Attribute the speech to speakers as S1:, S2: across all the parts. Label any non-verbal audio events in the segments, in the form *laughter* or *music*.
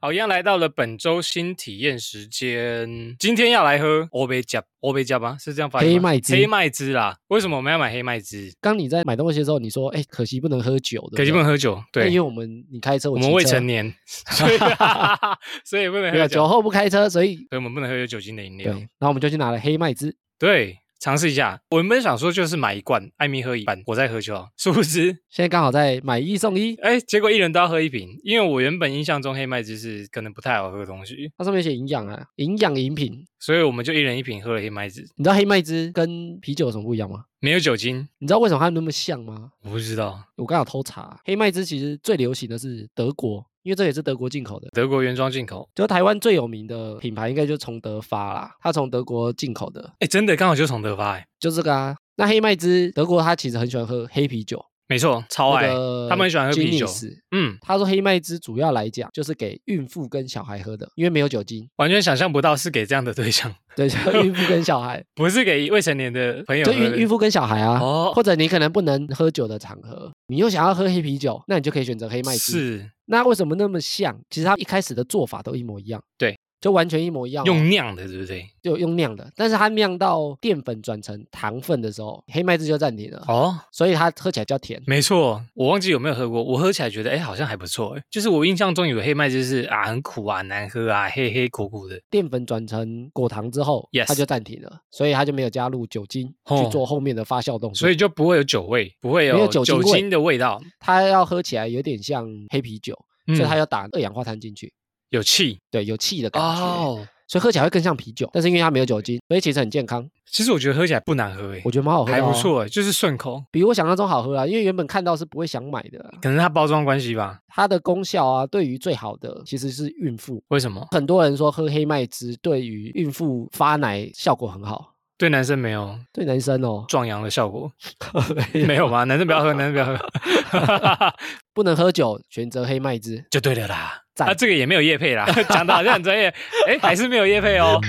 S1: 好，一样来到了本周新体验时间。今天要来喝欧贝加，欧贝加吗？是这样发音吗
S2: 黑麦汁
S1: 黑麦汁啦。为什么我们要买黑麦汁？
S2: 刚你在买东西的时候，你说：“哎，可惜不能喝酒，对不
S1: 可惜
S2: 对
S1: 不能喝酒，
S2: 那
S1: 对
S2: 因为，我们你开车，
S1: 我
S2: 我
S1: 们
S2: 骑
S1: 未
S2: 车
S1: 成，年，所
S2: *laughs*
S1: 以所以不能
S2: 对
S1: 喝
S2: 啊，
S1: 酒，
S2: 酒后不开车，所以
S1: 所以我们不能喝有酒精的饮
S2: 对，
S1: 料。
S2: 然后我们就去拿了黑麦汁，
S1: 对，尝试一下。我原本想说就是买一罐，艾米喝一半，我再喝就好。殊不知，
S2: 现在刚好在买一送一，
S1: 哎，结果一人都要喝一瓶，因为我原本印象中黑麦汁是可能不太好喝的东西，
S2: 它上面写营养啊，营养饮品。
S1: 所以我们就一人一瓶喝了黑麦汁，
S2: 你知道黑麦汁跟啤酒有什么不一样吗？
S1: 没有酒精。
S2: 你知道为什么它那么像吗？
S1: 我不知道，
S2: 我刚好偷查，啊黑麦汁其实最流行的是德国，因为这也是德国进口的。
S1: 德国原装进口，
S2: 就台湾最有名的品牌应该就是从德发啦，它从德国进口的，
S1: 哎，真的刚好就从德发，哎，
S2: 就这个啊。那黑麦汁，德国它其实很喜欢喝黑啤酒，
S1: 没错，超爱
S2: 那。个
S1: 他们很喜欢喝啤酒
S2: Guinness
S1: 嗯，
S2: 他说黑麦汁主要来讲就是给孕妇跟小孩喝的，因为没有
S1: *laughs*
S2: 酒精，
S1: 完全想象不到是给这样的对象，
S2: 对，就孕妇
S1: *laughs*
S2: 跟小孩，
S1: 不是给未成年的朋友
S2: 就
S1: 喝
S2: 孕
S1: 的。
S2: 孕妇跟小孩啊。
S1: 哦，
S2: 或者你可能不能喝酒的场合，你又想要喝黑啤酒，那你就可以选择黑麦汁。
S1: 是
S2: 那为什么那么像？其实它一开始的做法都一模一样，
S1: 对，
S2: 就完全一模一样哦、
S1: 用酿的，对不对？
S2: 就用酿的，但是它酿到淀粉转成糖分的时候，黑麦汁就暂停了，
S1: 哦，
S2: 所以它喝起来比较甜。
S1: 没错，我忘记有没有喝过，我喝起来觉得哎好像还不错，哎就是我印象中有黑麦就是啊很苦啊难喝啊黑黑苦苦的，
S2: 淀粉转成果糖之后
S1: Yes
S2: 它就暂停了，所以它就没有加入酒精
S1: 哦
S2: 去做后面的发酵动作，
S1: 所以就不会有酒味，不会
S2: 没有
S1: 酒
S2: 酒精味
S1: 的味道，
S2: 它要喝起来有点像黑啤酒，所以它
S1: 嗯
S2: 要打二氧化碳进去，
S1: 有气
S2: 对，有气的感觉，
S1: 哦。
S2: 所以喝起来会更像啤酒，但是因为它没有酒精，所以其实很健康，
S1: 其实我觉得喝起来不难喝，哎
S2: 我觉得蛮好喝的、
S1: 还
S2: 哦
S1: 不，错，哎就是顺口，
S2: 比我想象中好喝啊，因为原本看到是不会想买的啊、
S1: 可能它包装关系吧？
S2: 它的功效啊，对于最好的其实是孕妇。
S1: 为什么
S2: 很多人说喝黑麦汁对于孕妇发奶效果很好，
S1: 对男生没有
S2: 对男生哦
S1: 壮阳的效果？没有吗？男生不要喝，男生不要喝，
S2: 不能喝酒，选择黑麦汁。
S1: 就对了啦。
S2: 赞
S1: 啊，这个也没有叶配啦，讲的好像很专业，哎，还是没有叶配哦。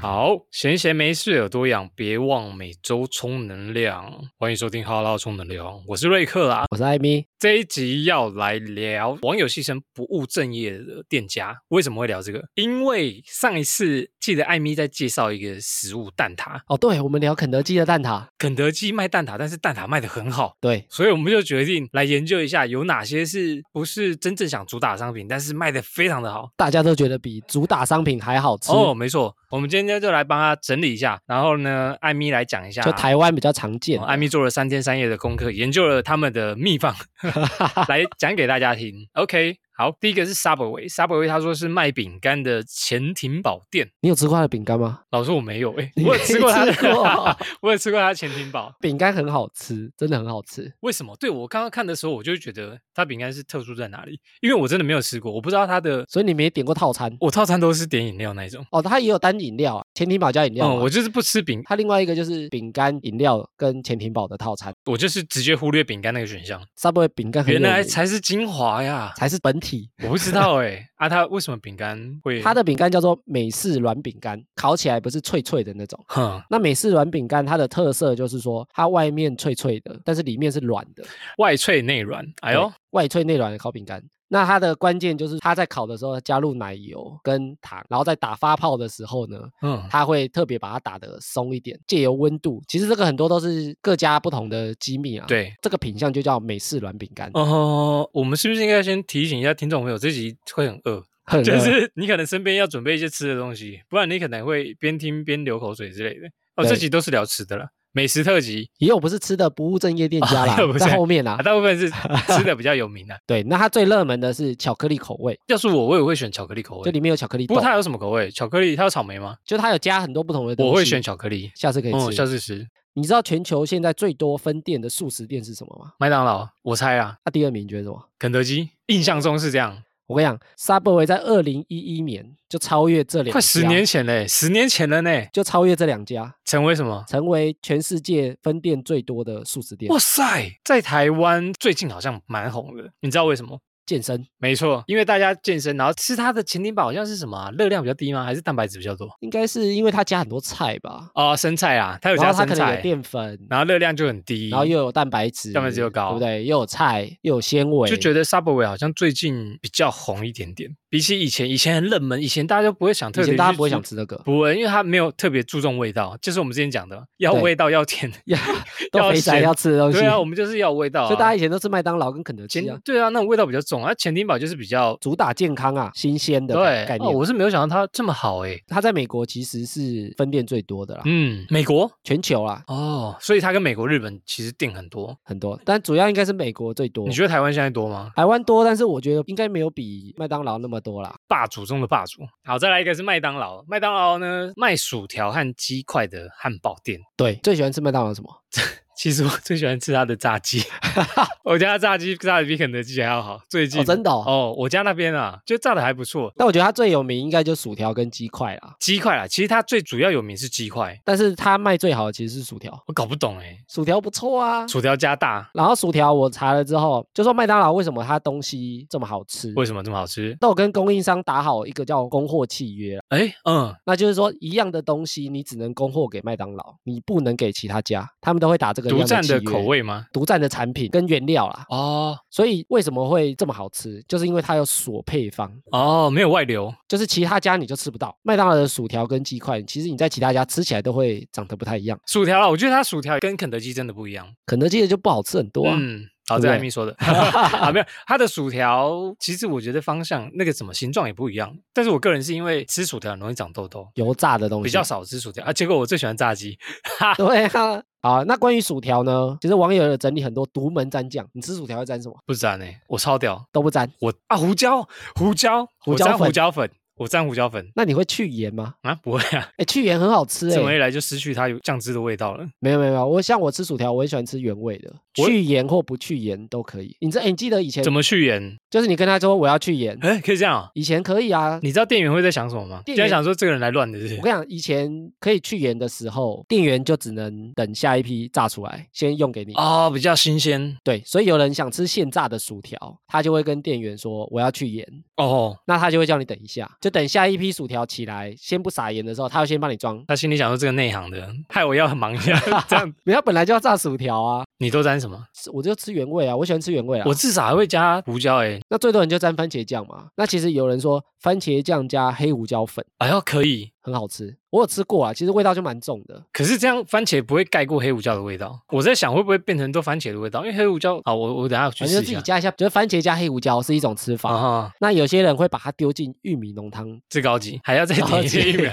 S1: 好，闲闲没事有多养，别忘每周充能量。欢迎收听《哈拉充能量》，我是瑞克啦。
S2: 我是艾米，
S1: 这一集要来聊网友戏称不务正业的店家，为什么会聊这个？因为上一次记得艾米在介绍一个食物蛋挞，
S2: 哦，对，我们聊肯德基的蛋挞，
S1: 肯德基卖蛋挞，但是蛋挞卖的很好，
S2: 对，
S1: 所以我们就决定来研究一下有哪些是不是真正想主打的商品，但是卖的非常的好。
S2: 大家都觉得比主打商品还好吃，
S1: 哦，没错，我们今天就来帮他整理一下，然后呢，艾米来讲一下。
S2: 就台湾比较常见
S1: 哦
S2: 的。
S1: 艾米做了三天三夜的功课，研究了他们的秘
S2: *laughs*
S1: 方，来讲给大家听。OK，好，第一个是 Subway，Subway 他说是卖饼干的潜艇堡店。
S2: 你有吃过它的饼干吗？
S1: 老师我没有，哎、
S2: 你
S1: 我有吃过他的，
S2: 没吃过哦
S1: *laughs* 我有吃过他的潜艇堡。
S2: *laughs* 饼干很好吃，真的很好吃。
S1: 为什么？对我刚刚看的时候，我就觉得它饼干是特殊在哪里，因为我真的没有吃过，我不知道它的。
S2: 所以你没点过套餐
S1: 我套餐都是点饮料那一种，
S2: 哦？它也有单饮料啊，潜艇堡加饮料嘛、
S1: 嗯，我就是不吃饼，
S2: 它另外一个就是饼干、饮料跟潜艇堡的套餐。
S1: 我就是直接忽略饼干那个选项。
S2: Subway 饼干很有
S1: 原来
S2: 名
S1: 才是精华呀！
S2: 才是本体，
S1: 我不知道哎、啊，它为什么饼干会
S2: 它的饼干叫做美式软饼干，烤起来不是脆脆的那种。
S1: 哼
S2: 那美式软饼干它的特色就是说，它外面脆脆的，但是里面是软的。
S1: 外脆内软？哎
S2: 哎
S1: 呦，，
S2: 外脆内软的烤饼干。那它的关键就是它在烤的时候加入奶油跟糖，然后在打发泡的时候呢，
S1: 嗯，
S2: 它会特别把它打得松一点，借由温度。其实这个很多都是各家不同的机密啊。，
S1: 对。
S2: 这个品相就叫美式软饼干。
S1: 哦，我们是不是应该先提醒一下听众朋友，这集会很饿，
S2: 很
S1: 就
S2: 热
S1: 是你可能身边要准备一些吃的东西，不然你可能会边听边流口水之类的。哦，这
S2: 对
S1: 集都是聊吃的了，美食特辑，
S2: 也有不是吃的不务正业店家啦
S1: 也有哦不，是
S2: 在后面啦
S1: 啊，。大部分是吃的比较有名的、
S2: 对，那它最热门的是巧克力口味，
S1: 要是我，我也会选巧克力口
S2: 就
S1: 味。
S2: 里面有巧克力
S1: 不
S2: 豆，
S1: 过它有什么口味？巧克力，它有草莓吗？
S2: 就它有加很多不同的东西。
S1: 我会选，巧克力。
S2: 下次可以
S1: 嗯，
S2: 吃。
S1: 下次吃
S2: 你知道全球现在最多分店的素食店是什么吗？
S1: 麦当劳。我猜啊，
S2: 那、第二名你觉得什么？
S1: 肯德基。印象中是这样，
S2: 我跟你讲，Subway 在二零一一年就超越这两家，
S1: 快十年前嘞，十年前了呢，
S2: 就超越这两家，
S1: 成为什么？
S2: 成为全世界分店最多的素食店
S1: 哇。塞，在台湾最近好像蛮红的，你知道为什么？
S2: 健身，
S1: 没错，因为大家健身，然后吃它的前提堡好像是什么啊、热量比较低吗？还是蛋白质比较多？
S2: 应该是因为它加很多菜吧，
S1: 哦，生菜啊，它有
S2: 然
S1: 加
S2: 后它
S1: 生
S2: 可能有
S1: 菜，
S2: 淀粉，
S1: 然后热量就很低，
S2: 然后又有蛋白质，
S1: 蛋白质又高
S2: 对不对？又有菜，又有纤维，
S1: 就觉得 Subway 好像最近比较红一点点，比起以前，以前很冷门，以前大家都不会想特
S2: 以
S1: 别，
S2: 前大家不会想，吃这个，
S1: 不会，因为它没有特别注重味道，就是我们之前讲的，要
S2: 对
S1: 味道要
S2: *laughs*
S1: 甜，
S2: 要都肥宅
S1: 咸
S2: 要吃的东西。
S1: 对啊，我们就是要味道、啊，
S2: 所以大家以前都吃麦当劳跟肯德
S1: 前
S2: 基啊，
S1: 对啊，那种味道比较重，而前丁堡就是比较
S2: 主打健康啊，新鲜的
S1: 对
S2: 概
S1: 哦，
S2: 念。
S1: 我是没有想到它这么好欸诶。
S2: 它在美国其实是分店最多的啦，
S1: 嗯，美国
S2: 全球啦
S1: 哦，所以它跟美国、日本其实定很多。
S2: 很多，但主要应该是美国最多
S1: 你。觉得台湾现在多吗？
S2: 台湾多，但是我觉得应该没有比麦当劳那么多啦。
S1: 霸主中的霸主。好，再来一个是麦当劳，麦当劳呢卖薯条和鸡块的汉堡店。
S2: 对，最喜欢吃麦当劳什么？
S1: 其实我最喜欢吃它的炸鸡， *laughs* 我家的炸鸡炸的比肯德基还要好。最近、
S2: 哦，真的、哦。
S1: 哦，我家那边啊，就炸的还不错。
S2: 但我觉得它最有名应该就薯条跟鸡块啦，
S1: 鸡块啦，其实它最主要有名是鸡块，
S2: 但是它卖最好的其实是薯条，
S1: 我搞不懂哎，
S2: 薯条不错啊。
S1: 薯条加大
S2: 然后薯条我查了之后，就说麦当劳为什么它东西这么好吃？
S1: 为什么这么好吃？
S2: 那我跟供应商打好一个叫供货契约啦
S1: 哎，嗯，
S2: 那就是说一样的东西你只能供货给麦当劳，你不能给其他家，他们都会打这个
S1: 独
S2: 样
S1: 占的
S2: 契约
S1: 口、味吗？
S2: 独占的产品跟原料啦。
S1: 哦
S2: 所以为什么会这么好吃？就是因为它有锁配方，
S1: 哦，没有外流，
S2: 就是其他家你就吃不到。麦当劳的薯条跟鸡块，其实你在其他家吃起来都会长得不太一样。
S1: 薯条啦，我觉得它薯条跟肯德基真的不一样。
S2: 肯德基的就不好吃很多啊。
S1: 嗯，好，
S2: 对不
S1: 这
S2: 对
S1: 艾米说的 *laughs* 啊，没有，它的薯条其实我觉得方向那个什么形状也不一样，但是我个人是因为吃薯条很容易长痘痘，
S2: 油炸的东西 *laughs*
S1: 比较少吃薯条啊，结果我最喜欢炸鸡，
S2: 对啊。好，那关于薯条呢？其实网友有整理很多独门蘸酱，你吃薯条会蘸什么？
S1: 不沾呢、我超屌，
S2: 都不蘸。
S1: 我啊胡椒胡椒
S2: 胡
S1: 我
S2: 椒
S1: 沾
S2: 粉
S1: 胡椒粉，我沾胡椒粉
S2: 那你会去盐吗？
S1: 啊，不会啊，
S2: 哎，去盐很好吃哎、
S1: 这么一来就失去它有酱汁的味道了。
S2: 没有没有没有，我像我吃薯条，我很喜欢吃原味的，
S1: 我
S2: 去盐或不去盐都可以。你这、诶你记得以前
S1: 怎么去盐？
S2: 就是你跟他说我要
S1: *laughs*
S2: 去盐，
S1: 哎，可以这样哦、
S2: 以前可以啊。
S1: 你知道店员会在想什么吗？就
S2: 店
S1: 在
S2: 员
S1: 想说这个人来乱的是不
S2: 我
S1: 是
S2: 跟你讲，以前可以去盐的时候，店员就只能等下一批炸出来，先用给你。
S1: 哦，比较新鲜
S2: 对，所以有人想吃现炸的薯条，他就会跟店员说我要去盐，
S1: 哦。
S2: 那他就会叫你等一下，就等下一批薯条起来，先不撒盐的时候，他要先帮你装。
S1: 他心里想说这个内行的，害我要很忙一
S2: *laughs*
S1: 下， *laughs* 这样
S2: 人家本来就要炸薯条啊，
S1: 你都沾什
S2: *laughs*
S1: 么？
S2: 是我就吃原味啊，我喜欢吃原味啊。
S1: 我至少还会加胡椒哎、
S2: 那最多人就沾番茄酱嘛。那其实有人说番茄酱加黑胡椒粉
S1: 哎呦可以。
S2: 很好吃，我有吃过啊，其实味道就蛮重的。
S1: 可是这样番茄不会盖过黑胡椒的味道。我在想会不会变成都番茄的味道，因为黑胡椒好，我我等下去
S2: 反
S1: 试
S2: 正就哦自
S1: 一
S2: 己
S1: 下。
S2: 加一下，就是番茄加黑胡椒是一种吃法。
S1: 啊哈，
S2: 那有些人会把它丢进玉米
S1: *laughs*
S2: 浓汤，
S1: 最高级还要再
S2: 哦
S1: 点一些玉米。 *laughs*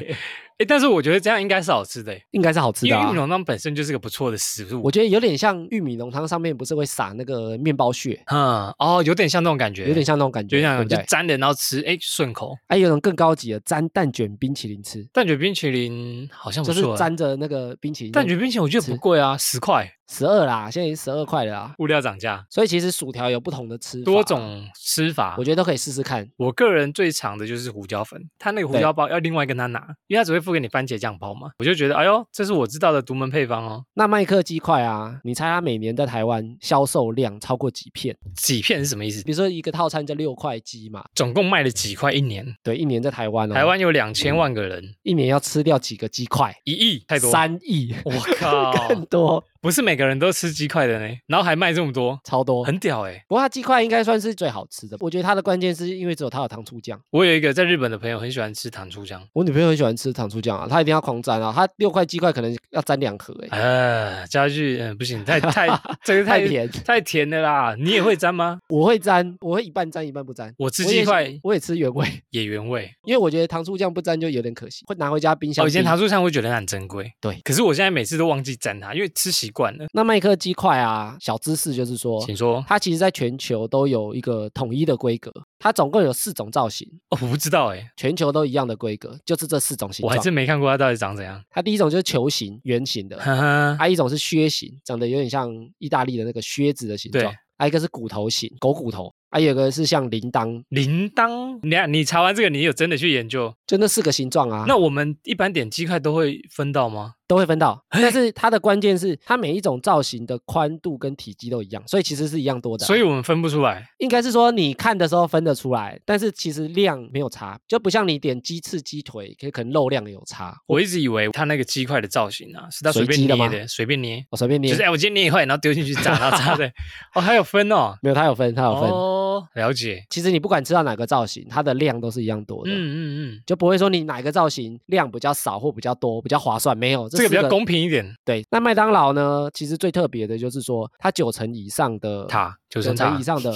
S1: 哎、但是我觉得这样应该是好吃的、欸，
S2: *laughs* 应该是好吃
S1: 因
S2: 的、
S1: 为玉米
S2: 啊。
S1: 浓汤本身就是个不错的食物
S2: 我。觉得有点像玉米浓汤上面不是会撒那个面包屑，
S1: 嗯，哦，有点像那种感觉，
S2: 有点像那种感觉，
S1: 有点
S2: 对
S1: 像
S2: 不
S1: 就
S2: 对？
S1: 沾了然后吃，哎、顺口。
S2: 哎，有种更高级的沾蛋卷冰淇淋吃，
S1: 蛋卷冰淇淋好像不
S2: 就是
S1: 错、欸，
S2: 沾着那个冰淇淋。
S1: 蛋卷冰淇淋我觉得不
S2: 吃
S1: 贵啊，十块，
S2: 十二啦，现在已经十二块了啊。
S1: 物料涨价，
S2: 所以其实薯条有不同的吃法，
S1: 多，种吃法。
S2: 我觉得都可以试试看。
S1: 我个人最常的就是胡椒粉，他那个胡
S2: 对
S1: 椒包要另外跟他拿，因为他只会付给你番茄酱包嘛。我就觉得，哎呦，这是我知道的独门配方哦。
S2: 那麦克鸡块啊，你猜它每年在台湾销售量超过几片？
S1: 几片是什么意思？
S2: 比如说一个套餐就六块鸡嘛，
S1: 总共卖了几块一年？
S2: 对，一年在台湾哦，
S1: 台湾有两千万个人，
S2: 一年要吃掉几个鸡块？
S1: 一亿太多。哦
S2: 三亿， *laughs*
S1: 我靠，
S2: 更多，
S1: 不是每个人都吃鸡块的呢，然后还卖这么多，
S2: 超多。
S1: 很屌哎、
S2: 不过它鸡块应该算是最好吃的，我觉得它的关键是因为只有它有糖醋酱。
S1: 我有一个在日本的朋友很喜欢吃糖醋酱，
S2: 我女朋友很喜欢吃糖醋酱啊，她一定要狂沾啊，她六块鸡块可能要沾
S1: *laughs*
S2: 两盒哎、
S1: 呃，加去嗯不行，太
S2: *laughs*
S1: 太这个
S2: 太
S1: *laughs*
S2: 甜。
S1: 太甜了啦。你也会沾吗？
S2: 我会沾，我会一半沾一半不沾。
S1: 我吃
S2: 我也
S1: 鸡
S2: 是
S1: 块
S2: 我也吃原味，
S1: 也原味，
S2: 因为我觉得糖醋酱不沾就有点可惜，会拿回家冰箱
S1: 哦，以
S2: 冰。
S1: 前糖醋酱会觉得它很珍贵，
S2: 对
S1: 可是我现在每次都忘记沾它，因为吃习惯了。
S2: 那麦克鸡块啊，小知识就是说，
S1: 请说。
S2: 它其实在全球都有一个统一的规格，它总共有四种造型，
S1: 哦，我不知道哎、
S2: 全球都一样的规格，就是这四种形
S1: 我还
S2: 状。
S1: 真没看过它到底长怎样。
S2: 它第一种就是球形、圆形
S1: *laughs*
S2: 的，
S1: 哈哈，
S2: 还有一种是靴形，长得有点像意大利的那个靴子的形状啊
S1: 对，
S2: 还有一个是骨头形，狗骨头，还有一个是像铃铛。
S1: 铃铛，你看你查完这个，你有真的去研究？
S2: 就那四个形状啊，
S1: 那我们一般点鸡块都会分到吗？
S2: 都会分到。
S1: 哎
S2: 但是它的关键是它每一种造型的宽度跟体积都一样，所以其实是一样多的啊、
S1: 所以我们分不出来。
S2: 应该是说你看的时候分得出来，但是其实量没有差，就不像你点鸡翅、鸡腿，可可能肉量有差。
S1: 我一直以为它那个鸡块的造型啊，是他随
S2: 随
S1: 便
S2: 机的
S1: 捏
S2: 吗
S1: 的，随便捏，
S2: 我随便捏，
S1: 就是哎，我今天捏一块，然后丢进去
S2: *laughs*
S1: 炸，然后炸的。哦，还有分哦，
S2: 没有它有分，它有分。
S1: 哦，了解。
S2: 其实你不管吃到哪个造型，它的量都是一样多
S1: 嗯
S2: 的。
S1: 嗯嗯，
S2: 就不会说你哪个造型量比较少或比较多比较划算，没有
S1: 这个比
S2: 四
S1: 较公平一点。
S2: 对。那麦当劳呢，其实最特别的就是说，它九成以上的
S1: 塔九
S2: 九
S1: 层塔
S2: 成以，
S1: *laughs*
S2: 上的，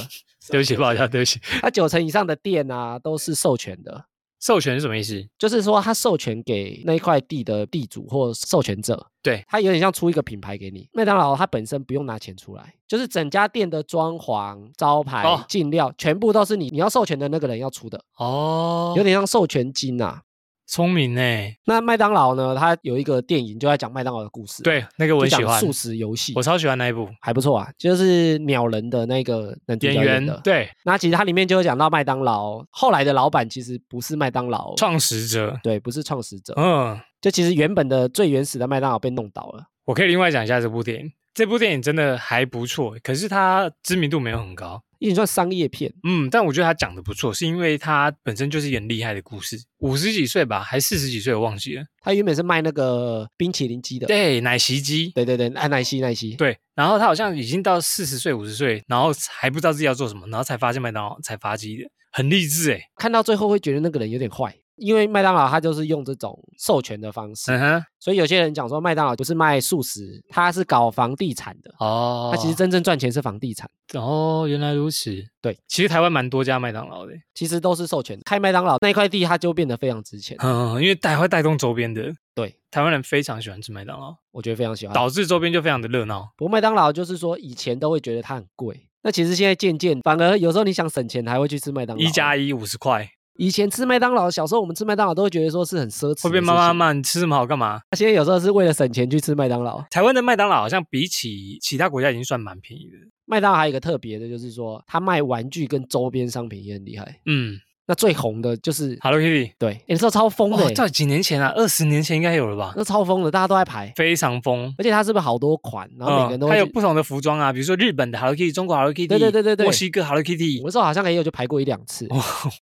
S1: 对不起，不好意思，对不起。
S2: 它九成以上的店啊都是授权的，
S1: 授权是什么意思？
S2: 就是说它授权给那一块地的地主或授权者，
S1: 对
S2: 它有点像出一个品牌给你。麦当劳它本身不用拿钱出来，就是整家店的装潢、招牌
S1: 哦、
S2: 进料，全部都是你你要授权的那个人要出的，
S1: 哦
S2: 有点像授权金啊。
S1: 聪明呢。
S2: 那麦当劳呢，它有一个电影就在讲麦当劳的故事，，啊
S1: 对，那个我很
S2: 就
S1: 喜
S2: 讲
S1: 欢，
S2: 素食游戏
S1: 我。超喜欢那一部
S2: 还不错啊，就是鸟人的那个男主角
S1: 演
S2: 演
S1: 员
S2: 的。，
S1: 对
S2: 那其实它里面就有讲到麦当劳后来的老板其实不是麦当劳，
S1: 创始者。
S2: 对，不是创始者，
S1: 嗯，
S2: 就其实原本的最原始的麦当劳被弄倒了。
S1: 我可以另外讲一下这部电影。这部电影真的还不错，可是它知名度没有很高。
S2: 一点算商业片，
S1: 嗯，但我觉得他讲的不错，是因为他本身就是一个很厉害的故事。五十几岁吧，还四十几岁，我忘记了。
S2: 它原本是卖那个冰淇淋机的。
S1: 对，奶昔机。
S2: 对对对，啊，奶昔奶昔，
S1: 对，然后他好像已经到四十岁、五十岁，然后还不知道自己要做什么，然后才发现麦当劳才发迹的，很励志哎。
S2: 看到最后会觉得那个人有点坏，因为麦当劳它就是用这种授权的方式，
S1: 嗯哼，
S2: 所以有些人讲说麦当劳不是卖素食，它是搞房地产的，
S1: 哦
S2: 它其实真正赚钱是房地产。
S1: 哦，原来如此。嗯
S2: 对，
S1: 其实台湾蛮多家麦当劳的，
S2: 其实都是授权的。开麦当劳那一块地，它就变得非常
S1: *laughs*
S2: 值钱。
S1: 嗯，因为带会带动周边的，
S2: 对，
S1: 台湾人非常喜欢吃麦当劳，
S2: 我觉得非常喜欢。
S1: 导致周边就非常的热闹。
S2: 不过麦当劳就是说以前都会觉得它很贵，那其实现在渐渐反而有时候你想省钱还会去吃麦当劳。
S1: 一加一五十块，
S2: 以前吃麦当劳，小时候我们吃麦当劳都会觉得说是很奢侈的事情，
S1: 会被妈妈骂你吃什么好干嘛？
S2: 现在有时候是为了省钱去吃麦当劳。
S1: 台湾的麦当劳好像比起其他国家已经算蛮便宜的。
S2: 麦当劳还有一个特别的，就是说它卖玩具跟周边商品也很厉害。
S1: 嗯
S2: 那最红的
S1: *laughs*
S2: 就是
S1: ，Hello Kitty，
S2: 对，诶那时候超疯的
S1: 哇，
S2: 欸、
S1: 到几年前啊，二十年前应该有了吧？
S2: 那超疯的，大家都在排，
S1: 非常疯。
S2: 而且它是不是好多款，然后每个人都
S1: 嗯、
S2: 会
S1: 它
S2: 去、
S1: 有不同的服装啊，比如说日本的 Hello Kitty、中国 Hello Kitty，
S2: 对对对对对
S1: 墨西哥 Hello Kitty，
S2: 我那时候好像也有就排过一两次。
S1: 哦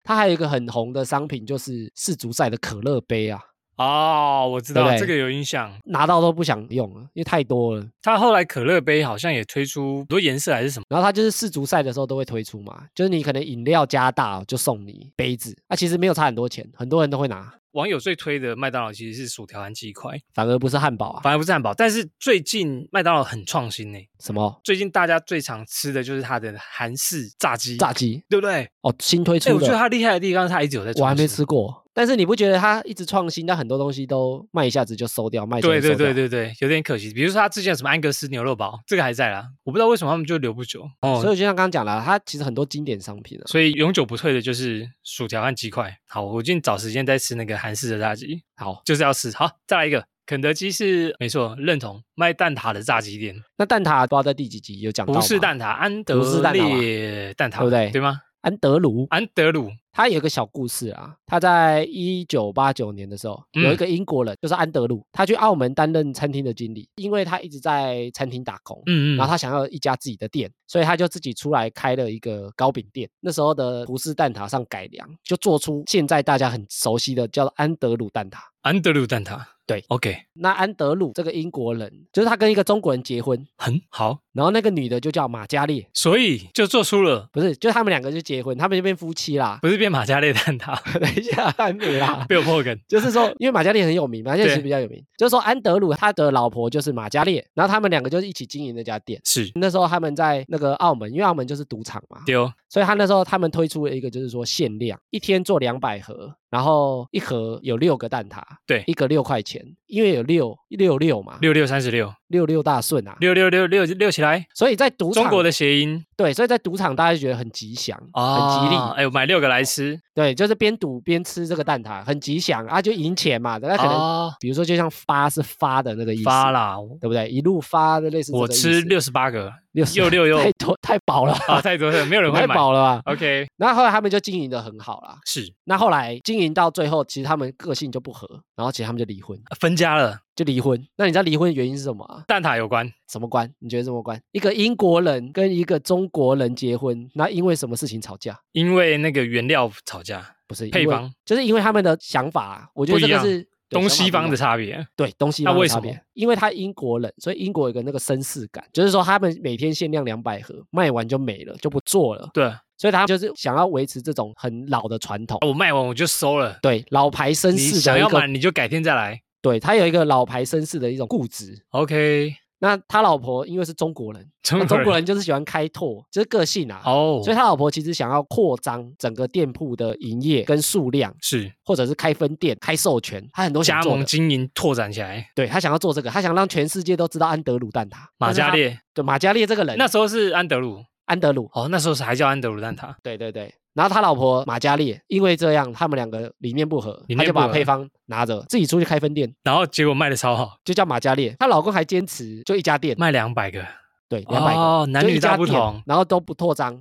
S2: 它还有一个很红的商品，就是世足赛的可乐杯啊，
S1: 哦，我知道
S2: 对不对
S1: 这个有印象。
S2: 拿到都不想用了，因为太多了。
S1: 它后来可乐杯好像也推出很多颜色还是什么，
S2: 然后它就是世足赛的时候都会推出嘛，就是你可能饮料加大哦就送你杯子，啊，其实没有差很多钱，很多人都会拿，
S1: 网友最推的麦当劳其实是薯条和鸡块，
S2: 反而不是汉堡啊，
S1: 反而不是汉堡。但是最近麦当劳很创新呢、
S2: 什么
S1: 最近大家最常吃的就是它的韩式炸鸡，
S2: 炸鸡
S1: 对不对？
S2: 哦，新推
S1: 哎、
S2: 出
S1: 我觉得
S2: 的，
S1: 它厉害的地方是它一直有在
S2: 我还
S1: 创新。
S2: 没吃过。但是你不觉得它一直创新，但很多东西都卖一下子就收掉，卖一下
S1: 对
S2: 子
S1: 对
S2: 收掉
S1: 对对对，有点可惜。比如说他之前有什么安格斯牛肉堡，这个还在啦，我不知道为什么他们就留不久
S2: 所以
S1: 哦。
S2: 我就像刚刚讲了，它其实很多经典商品啊，
S1: 所以永久不退的就是薯条和鸡块。好，我今天找时间再吃那个韩式的炸鸡，
S2: 好，
S1: 就是要吃。好，再来一个，肯德基是没错，认同卖蛋挞的炸鸡店，
S2: 那蛋挞啊不知道在第几集有讲到，
S1: 不是，蛋挞，安德
S2: 不是蛋挞吧
S1: 烈蛋挞，
S2: 对不对
S1: 对吗？
S2: 安德鲁
S1: 安德鲁，
S2: 他有一个小故事啊，他在一九八九年的时候，
S1: 嗯
S2: 有一个英国人，就是安德鲁，他去澳门担任餐厅的经理，因为他一直在餐厅打工。
S1: 嗯嗯，
S2: 然后他想要一家自己的店，所以他就自己出来开了一个糕饼店。那时候的葡式蛋挞上改良，就做出现在大家很熟悉的叫做安德鲁蛋挞。
S1: 安德鲁蛋挞，
S2: 对
S1: ，OK，
S2: 那安德鲁这个英国人，就是他跟一个中国人结婚，
S1: 很好，
S2: 然后那个女的就叫马加烈，
S1: 所以就做出了。
S2: 不是，就他们两个就结婚，他们就变夫妻啦。 *laughs*
S1: 不是变马加烈蛋挞， *laughs*
S2: 等一下，还没啦。
S1: 被我破梗。
S2: 就是说，因为马加烈很有名，马加烈其实
S1: 对
S2: 比较有名。就是说，安德鲁他的老婆就是马加烈，然后他们两个就是一起经营那家店。
S1: 是
S2: 那时候他们在那个澳门，因为澳门就是赌场嘛，
S1: 丢，
S2: 所以他那时候他们推出了一个就是说限量，一天做两百盒，然后一盒有六个蛋挞，
S1: 对
S2: 一个六块钱，因为有六六六嘛，
S1: 六六三十六，
S2: 六六大顺啊，
S1: 六六六六六起来，
S2: 所以在赌场
S1: 中国的谐音
S2: 对，所以在赌场大家就觉得很吉祥，很吉利，
S1: 哎，我买六个来吃，
S2: 对，就是边赌边吃这个蛋挞，很吉祥啊，就赢钱嘛，大家可能、
S1: 哦
S2: 比如说就像发是发的那个意思，
S1: 发啦，我
S2: 对不对？一路发的类似这
S1: 我
S2: 个意
S1: 吃
S2: 思
S1: 六十八个，
S2: 六十
S1: 又六又
S2: 太多 *laughs* 太饱了，
S1: 啊，太多了，没有人会
S2: 太
S1: 买。
S2: 饱了吧？
S1: OK，
S2: 那后来他们就经营的很好啦。
S1: 是
S2: 那后来经营到最后，其实他们个性就不合，然后其实他们就离婚，
S1: 分家了，
S2: 就离婚。那你知道离婚的原因是什么啊？
S1: 蛋挞有关，
S2: 什么关？你觉得什么关？一个英国人跟一个中国人结婚，那因为什么事情吵架？
S1: 因为那个原料吵架，
S2: 不是因
S1: 配
S2: 为
S1: 方，
S2: 就是因为他们的想法啊、我觉得
S1: 不
S2: 这
S1: 一
S2: 个
S1: 样
S2: 是对
S1: 东
S2: 想法
S1: 西
S2: 不一
S1: 方的
S2: 样
S1: 差别。
S2: 对东西
S1: 那
S2: 方的
S1: 为
S2: 差
S1: 什么
S2: 别，因为他英国人，所以英国有个那个绅士感，就是说他们每天限量两百盒，卖完就没了，就不做了，
S1: 对，啊
S2: 所以他就是想要维持这种很老的传统，
S1: 我卖完我就收了。
S2: 对老牌绅
S1: 你
S2: 士
S1: 想
S2: 的一
S1: 要
S2: 个
S1: 买，你就改天再来。
S2: 对他有一个老牌绅士的一种固执。
S1: OK，
S2: 那他老婆因为是中国人，那
S1: 中
S2: 啊中国
S1: 人
S2: 人就是喜欢开拓，就是个性啊。
S1: 哦，
S2: 所以他老婆其实想要扩张整个店铺的营业跟数量，
S1: 是
S2: 或者是开分店、开授权，他很多想
S1: 加
S2: 做
S1: 盟
S2: 的。
S1: 经营拓展起来。
S2: 对他想要做这个，他想让全世界都知道安德鲁蛋挞。
S1: 马
S2: 但是他
S1: 加，列
S2: 对马加列这个人，
S1: 那时候是安德鲁，
S2: 安德鲁，
S1: 哦，那时候是还叫安德鲁蛋挞。
S2: 对对对。然后他老婆马加列因为这样，他们两个理念不合，
S1: 理
S2: 他
S1: 念
S2: 就
S1: 不
S2: 把
S1: 合
S2: 配方拿着自己出去开分店，
S1: 然后结果卖的超好，
S2: 就叫马加列。她老公还坚持就一家店，
S1: 卖两百个，
S2: 对，两百个。
S1: 哦，男
S2: 就
S1: 女
S2: 一家
S1: 大不
S2: 店
S1: 同，嗯
S2: 然后都不扩张，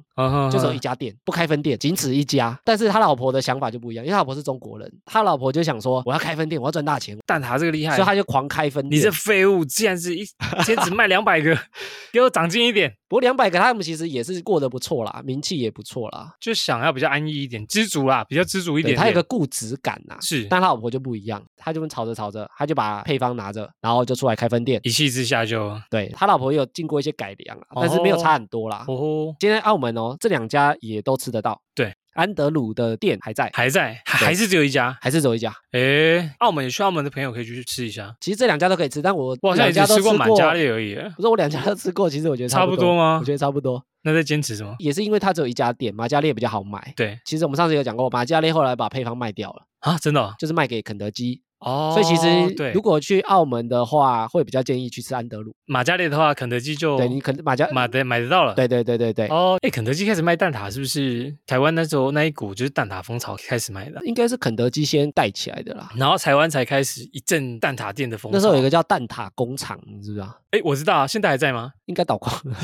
S2: 就只有一
S1: 就
S2: 家店，不开分店，仅此一家。但是他老婆的想法就不一样，因为他老婆是中国人，他老婆就想说我要开分店，我要赚大钱，
S1: 蛋挞这个厉害
S2: 所以，他就狂开分
S1: 你
S2: 店。
S1: 这废物，竟然是一天只卖两百个，给我长进一点，
S2: 不过两百个他们其实也是过得不错啦，名气也不错啦，
S1: 就想要比较安逸一点，知足啦，比较知足一
S2: 对
S1: 点点。
S2: 他有个固执感呐、
S1: 是
S2: 但他老婆就不一样，他就吵着吵着，他就把配方拿着，然后就出来开分店。
S1: 一气之下就
S2: 对他老婆也有经过一些改良啊，但是没有差很多啦。
S1: 哦，
S2: 今天澳门哦，这两家也都吃得到。
S1: 对，
S2: 安德鲁的店还在，
S1: 还在，还还是只有一家。
S2: 还是只有一家。
S1: 诶，澳门有去澳门的朋友可以去吃一下，
S2: 其实这两家都可以吃，但我
S1: 我好像
S2: 两
S1: 也
S2: 家
S1: 只
S2: 都
S1: 吃过
S2: 过
S1: 满家列而已。
S2: 不是我两家都吃过，其实我觉得
S1: 差
S2: 不
S1: 不多吗
S2: 我觉得差不多，
S1: 那在坚持什么？
S2: 也是因为它只有一家店，马加列比较好买。
S1: 对
S2: 其实我们上次有讲过，马加列后来把配方卖掉了，
S1: 啊，真的哦
S2: 就是卖给肯德基。
S1: 哦，
S2: 所以其实
S1: 对
S2: 如果去澳门的话，会比较建议去吃安德鲁。
S1: 马加列的话，肯德基就
S2: 对你肯马加，
S1: 买得买得到了。
S2: 对对对对对，
S1: 哦，哎，肯德基开始卖蛋挞，是不是台湾那时候那一股就是蛋挞风潮开始卖的？
S2: 应该是肯德基先带起来的啦。
S1: 然后台湾才开始一阵蛋挞店的风潮。
S2: 那时候有一个叫蛋挞工厂，你知不知道？
S1: 哎，我知道啊，现在还在吗？
S2: 应该倒光了。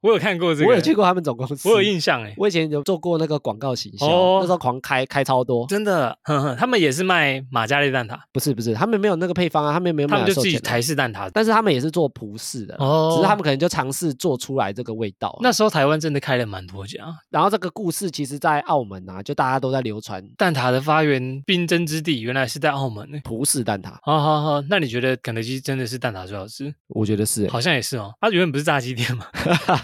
S1: 我有看过这个，
S2: 我有去，过他们总公司，
S1: 我有印象哎，
S2: 我以前有做过那个广告行销，
S1: 哦
S2: 那时候狂开开超多。
S1: 真的，哼哼，他们也是卖马加列蛋挞，
S2: 不是不是，他们没有那个配方啊，他们没有
S1: 他
S2: 买
S1: 们
S2: 来
S1: 就
S2: 授
S1: 自己
S2: 权啊
S1: 台式蛋挞。
S2: 但是他们也是做葡式的，
S1: 哦
S2: 只是他们可能就尝试做出来这个味道。啊
S1: 那时候台湾真的开了蛮多家，
S2: 然后这个故事其实，在澳门啊，就大家都在流传
S1: 蛋挞的发源冰争之地原来是在澳门呢。
S2: 葡式蛋挞，
S1: 好好好，那你觉得肯德基真的是蛋挞最好吃？
S2: 我觉得是欸、
S1: 好像也是哦，它原本不是炸鸡店吗？ *laughs*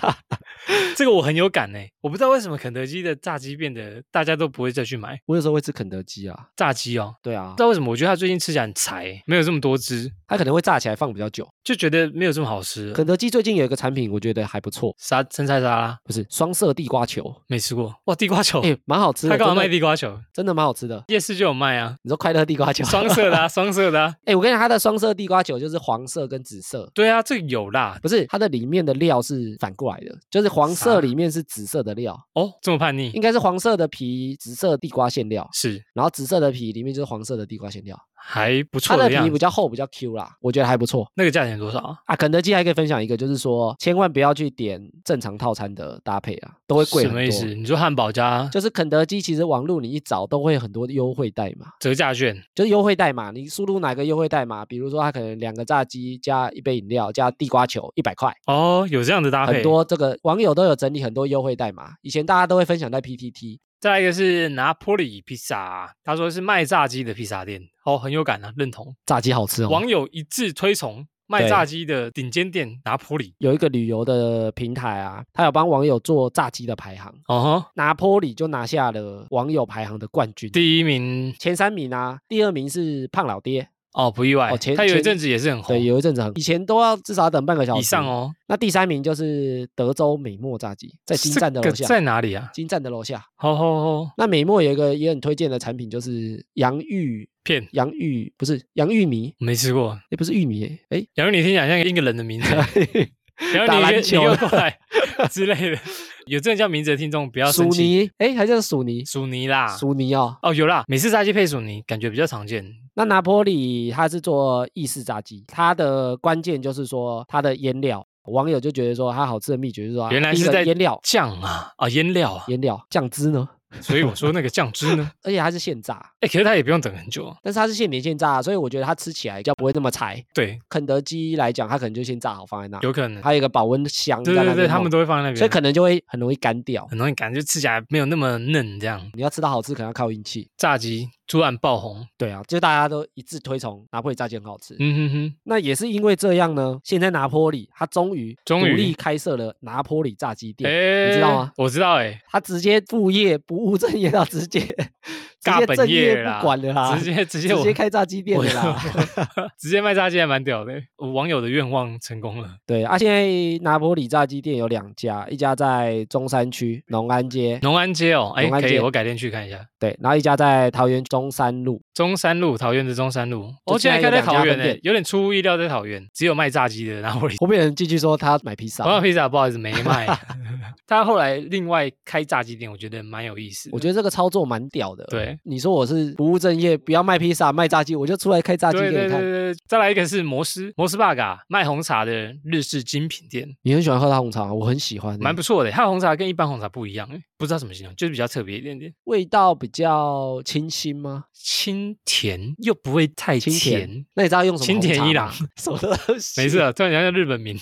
S1: 这个我很有感呢，我不知道为什么肯德基的炸鸡变得大家都不会再去买
S2: 我有时候会吃肯德基啊，
S1: 炸鸡哦，
S2: 对啊
S1: 不知，道为什么，我觉得它最近吃起来很柴，没有这么多汁，
S2: 它可能会炸起来放比较久。
S1: 就觉得没有这么好吃了。
S2: 肯德基最近有一个产品，我觉得还不错，
S1: 沙生菜沙拉
S2: 不是双色地瓜球，
S1: 没吃过，哇，地瓜球，
S2: 哎、蛮好吃的，
S1: 哦他干嘛卖
S2: 真的
S1: 地瓜球？
S2: 真的蛮好吃的。
S1: 夜市就有卖啊，
S2: 你说快乐地瓜球，
S1: *laughs*
S2: *laughs*
S1: 双色的啊，双色的啊， *laughs*
S2: 哎、我跟你讲，它的双色地瓜球就是黄色跟紫色。
S1: 对啊，这个有啦。
S2: 不是，它的里面的料是反过来的，就是黄
S1: 啥
S2: 色里面是紫色的料，
S1: 哦，这么叛逆
S2: 应，该是黄色的皮，紫色地瓜馅料，
S1: 是
S2: 然后紫色的皮里面就是黄色的地瓜馅料，
S1: 还不错
S2: 它的
S1: 的
S2: 皮
S1: 样
S2: 比
S1: 子。
S2: 较厚，比较 Q 啦，我觉得还不错
S1: 那个价钱多少啊？
S2: 啊。肯德基还可以分享一个，就是说千万不要去点正常套餐的搭配啊，都会贵
S1: 什
S2: 很多。
S1: 么意思？？你说汉堡加
S2: 就是肯德基其实网络你一找都会有很多优惠代码，
S1: 折价券，
S2: 就是优惠代码，你输入哪个优惠代码，比如说它可能两个炸鸡加一杯饮料加地瓜球一百块。
S1: 哦，有这样的搭配。
S2: 很多这个网友都有整理很多优惠代码，以前大家都会分享在 PTT，
S1: 再来一个是拿坡里披萨，他说是卖炸鸡的披萨店，哦，很有感啊，认同。
S2: 炸鸡好吃哦。
S1: 网友一致推崇卖
S2: 对
S1: 炸鸡的顶尖店拿坡里。
S2: 有一个旅游的平台啊，他有帮网友做炸鸡的排行，
S1: 哦吼，
S2: 拿坡里就拿下了网友排行的冠军，
S1: 第一名
S2: 前三名啊，第二名是胖老爹，
S1: 哦，不意外
S2: 哦前，
S1: 他有一
S2: 前
S1: 阵子也是很
S2: 对，
S1: 红，
S2: 有一阵子很，以前都要至少等半个小时
S1: 以上。哦，
S2: 那第三名就是德州美墨炸鸡，在金站的
S1: 这
S2: 楼
S1: 个
S2: 下，
S1: 在哪里啊？
S2: 金站的楼下。
S1: 吼吼吼，
S2: 那美墨有一个也很推荐的产品，就是洋芋
S1: 骗，
S2: 洋芋不是洋芋泥，
S1: 没吃过。
S2: 也不是玉米，哎，
S1: 然后你听起来像一个人的名字，啊
S2: *laughs*
S1: 然
S2: 打
S1: 后你
S2: 篮
S1: 给
S2: 球
S1: 你给我
S2: 的
S1: 过来 *laughs* 之类的。有这叫名字的听众不要
S2: 薯
S1: 生气。
S2: 泥，哎，还叫薯泥，
S1: 薯泥啦，
S2: 薯泥哦。
S1: 哦有啦，美式炸鸡配薯泥感觉比较常见。
S2: 那拿坡里它是做意式炸鸡，它的关键就是说它的腌料网友就觉得说它好吃的秘诀就是说它，
S1: 原来
S2: 第一
S1: 是
S2: 个
S1: 在
S2: 腌料，
S1: 酱啊啊腌料啊，
S2: 腌料酱汁呢，
S1: 所以我说那个酱汁
S2: *laughs*
S1: 呢，
S2: 而且它是现榨，
S1: 哎，可是它也不用等很久啊，
S2: 但是它是现点现榨，所以我觉得它吃起来就不会那么柴。
S1: 对，
S2: 肯德基来讲，它可能就先炸好放在那，
S1: 有可能，
S2: 还有一个保温箱在
S1: 对
S2: 那
S1: 对对，
S2: 边
S1: 他
S2: 弄
S1: 们都会放在那边，
S2: 所以可能就会很容易干掉。
S1: 很容易感觉吃起来没有那么嫩，这样
S2: 你要吃到好吃，可能要靠运气。
S1: 炸鸡突然爆红，
S2: 对啊，就大家都一致推崇拿破里炸鸡很好吃。
S1: 嗯哼哼，
S2: 那也是因为这样呢，现在拿坡里它终于
S1: 终
S2: 独
S1: 于
S2: 立开设了拿坡里炸鸡店，
S1: 哎，
S2: 知道吗？
S1: 我知道，哎，
S2: 它直接副业不务正业到
S1: *laughs*
S2: 直接直
S1: 尬
S2: 接
S1: 本
S2: 正
S1: 业啦，
S2: 不管了啦，
S1: 直
S2: *laughs*
S1: 接直接
S2: 啊直
S1: 我
S2: 接开炸鸡店
S1: 我
S2: 的啦。
S1: *laughs* 直接卖炸鸡还蛮屌的，我网友的愿望成功了。
S2: *laughs* 对啊，现在拿坡里炸鸡店有两家，一家在中山区农安街，
S1: 农安街哦，哎，
S2: 农安
S1: 可以，
S2: 街
S1: 我改天去看一下。
S2: 对，然后一家在桃园中山路。
S1: 中山路，桃园的中山路，
S2: 就
S1: 哦，
S2: 现
S1: 竟然
S2: 在
S1: 开在
S2: 有两家
S1: 桃园
S2: 分店
S1: 诶，有点出乎意料，在桃园只有卖炸鸡的，然
S2: *laughs*
S1: 后我
S2: 后面有人进去说他要买披萨
S1: 我，要披萨，不好意思没
S2: *laughs*
S1: 卖。他后来另外开炸鸡店，我觉得蛮有意思的。
S2: 我觉得这个呃操作蛮屌的。。
S1: 对
S2: 你说我是不务正业，不要卖披萨卖炸鸡，我就出来开炸鸡
S1: 对
S2: 给
S1: 对
S2: 你
S1: 对
S2: 看。
S1: 对，再来一个是摩斯摩斯巴嘎卖红茶的日式精品店，
S2: 你很喜欢喝他红茶吗，我很喜欢欸、
S1: 蛮不错的。它的红茶跟一般红茶不一样，诶不知道怎么形容，就是比较特别一点点，
S2: 味道比较清新吗？
S1: 清甜又不会太
S2: 清甜
S1: 哎甜。
S2: 那你知道用什么
S1: 清
S2: 红
S1: 甜
S2: 茶
S1: 伊
S2: 吗
S1: 朗
S2: *laughs* 什么东西？
S1: 没事，了，突然想到日本名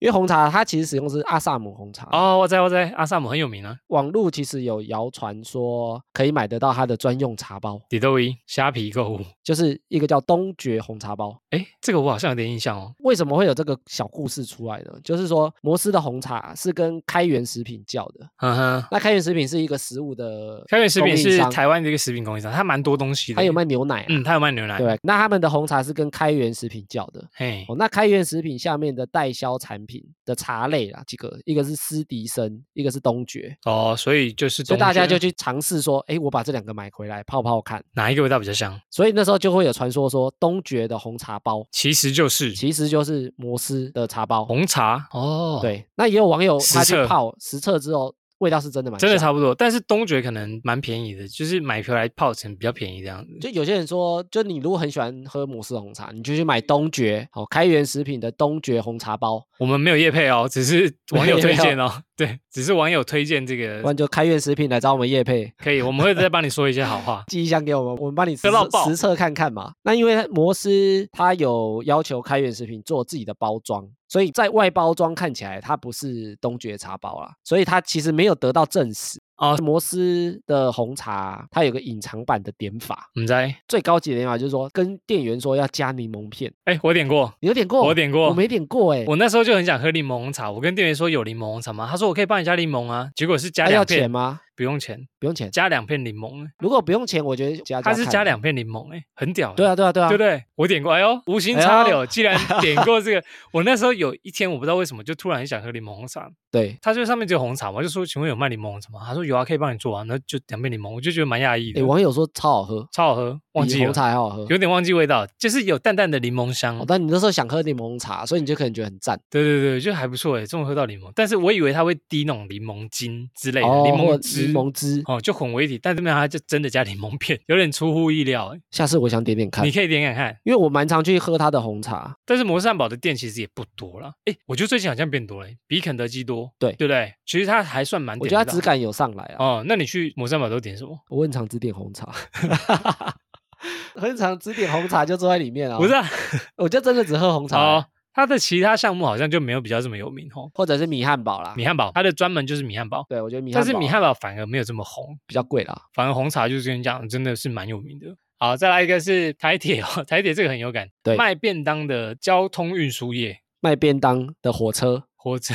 S2: 因为红茶它其实使用是阿萨姆红茶。
S1: 哦，我在我在阿萨姆很有名啊，
S2: 网络其实有谣传说可以买得到它的专用茶包，
S1: 迪豆伊虾皮购物。
S2: 就是一个叫东爵红茶包。
S1: 哎，这个我好像有点印象哦。
S2: 为什么会有这个小故事出来呢？就是说摩斯的红茶是跟开源食品叫的，
S1: 嗯哼，
S2: 那开源食品是一个食物的
S1: 开源食品
S2: 供应
S1: 是
S2: 商
S1: 台湾的一个食品供应商，它蛮多东西的。
S2: 它有卖？牛奶、啊，
S1: 嗯，它有卖牛奶。
S2: 对，吧？那他们的红茶是跟开源食品叫的。
S1: 嘿
S2: 哦，，那开源食品下面的代销产品的茶类啦，几个，一个是斯迪生，一个是东爵，
S1: 哦，所以就是中
S2: 所以大家
S1: 学
S2: 就去尝试说，哎，我把这两个买回来泡泡看。
S1: 哪一个味道比较香？
S2: 所以那时候就会有传说说，东爵的红茶包
S1: 其实就是
S2: 其实就是摩斯的茶包。
S1: 红茶哦，，
S2: 对，那也有网友
S1: 实
S2: 他去
S1: 测
S2: 泡实测之后，味道是真的蛮
S1: 真的
S2: 像
S1: 差不多。但是东爵可能蛮便宜的，就是买回来泡成比较便宜这样子。
S2: 就有些人说，就你如果很喜欢喝摩斯红茶，你就去买东爵哦，开源食品的东爵红茶包，
S1: 我们没有业配哦，只是网友
S2: 没有
S1: 推荐哦。 *laughs* 对，只是网友推荐这
S2: 不然
S1: 个
S2: 就开源食品来找我们叶配。。
S1: 可以，我们会再帮你说一些好话
S2: *laughs* 寄一箱给我们，我们帮你实
S1: 得到
S2: 测
S1: 爆
S2: 实测看看嘛。那因为摩斯它有要求开源食品做自己的包装，所以在外包装看起来它不是东爵茶包啦，所以它其实没有得到证实。
S1: 哦
S2: 摩斯的红茶它有个隐藏版的点法，
S1: 你在？
S2: 最高级的点法就是说跟店员说要加柠檬片，
S1: 哎，我点过，
S2: 你有点过？
S1: 我点过
S2: 我没点过哎、欸。
S1: 我那时候就很想喝柠檬红茶，我跟店员说有柠檬红茶吗？他说我可以帮你加柠檬啊，结果是加
S2: 啊要
S1: 两
S2: 钱
S1: 片，
S2: 吗？
S1: 不用钱，
S2: 不用钱。
S1: 加两片柠檬，
S2: 如果不用钱，我觉得加加
S1: 他是
S2: 看
S1: 加。两片柠檬，哎，很屌，
S2: 对啊，对啊，对啊。
S1: 对不对？我点过，哎呦，无心插柳，既
S2: *laughs*
S1: 然点过这个，我那时候有一天我不知道为什么就突然很想喝柠檬红茶，
S2: 对
S1: 他就上面只有红茶嘛，我就说请问有卖柠檬红茶吗？他说有啊，可以帮你做啊，那就两片柠檬，我就觉得蛮讶异
S2: 哎、
S1: 的，
S2: 网友说超好喝，
S1: 超好喝，忘
S2: 比
S1: 记
S2: 红
S1: 了，
S2: 茶还好喝。
S1: 有点忘记味道，就是有淡淡的柠檬香
S2: 哦，，但你那时候想喝柠檬茶，所以你就可能觉得很赞
S1: 对对对，就还不错哎，终于喝到柠檬，但是我以为它会滴那种柠檬精之类的，
S2: 哦，
S1: 柠
S2: 或
S1: 檬汁，
S2: 柠檬汁。
S1: 哦，就混为一体，但这边它就真的加柠檬片，有点出乎意料欸。
S2: 下次我想点点看
S1: 你，可以点点看，
S2: 因为我蛮常去喝它的红茶。
S1: 但是摩斯汉堡的店其实也不多了。哎，我觉得最近好像变多了欸，比肯德基多，
S2: 对
S1: 对不对？其实它还算蛮
S2: 我
S1: 点
S2: 觉
S1: 得
S2: 得
S1: 到
S2: 它
S1: 的。
S2: 质感有上来啊。
S1: 哦，那你去摩斯汉堡都点什么？
S2: 我很常只点红
S1: *laughs*
S2: 茶，很常只点红茶就坐在里面啊。
S1: 不是，啊，
S2: 我就真的只喝红茶欸、
S1: 哦，它的其他项目好像就没有比较这么有名哦。
S2: 或者是米汉堡啦。
S1: 米汉堡，它的专门就是米汉堡，
S2: 对，我觉得米汉
S1: 但
S2: 堡
S1: 是米汉堡反而没有这么红，
S2: 比较贵啦。
S1: 反而红茶就是跟你讲，真的是蛮有名的。好，再来一个是台铁哦， *laughs* 台铁这个很有感，
S2: 对
S1: 卖便当的交通运输业，
S2: 卖便当的火车，
S1: 火
S2: *laughs*
S1: 车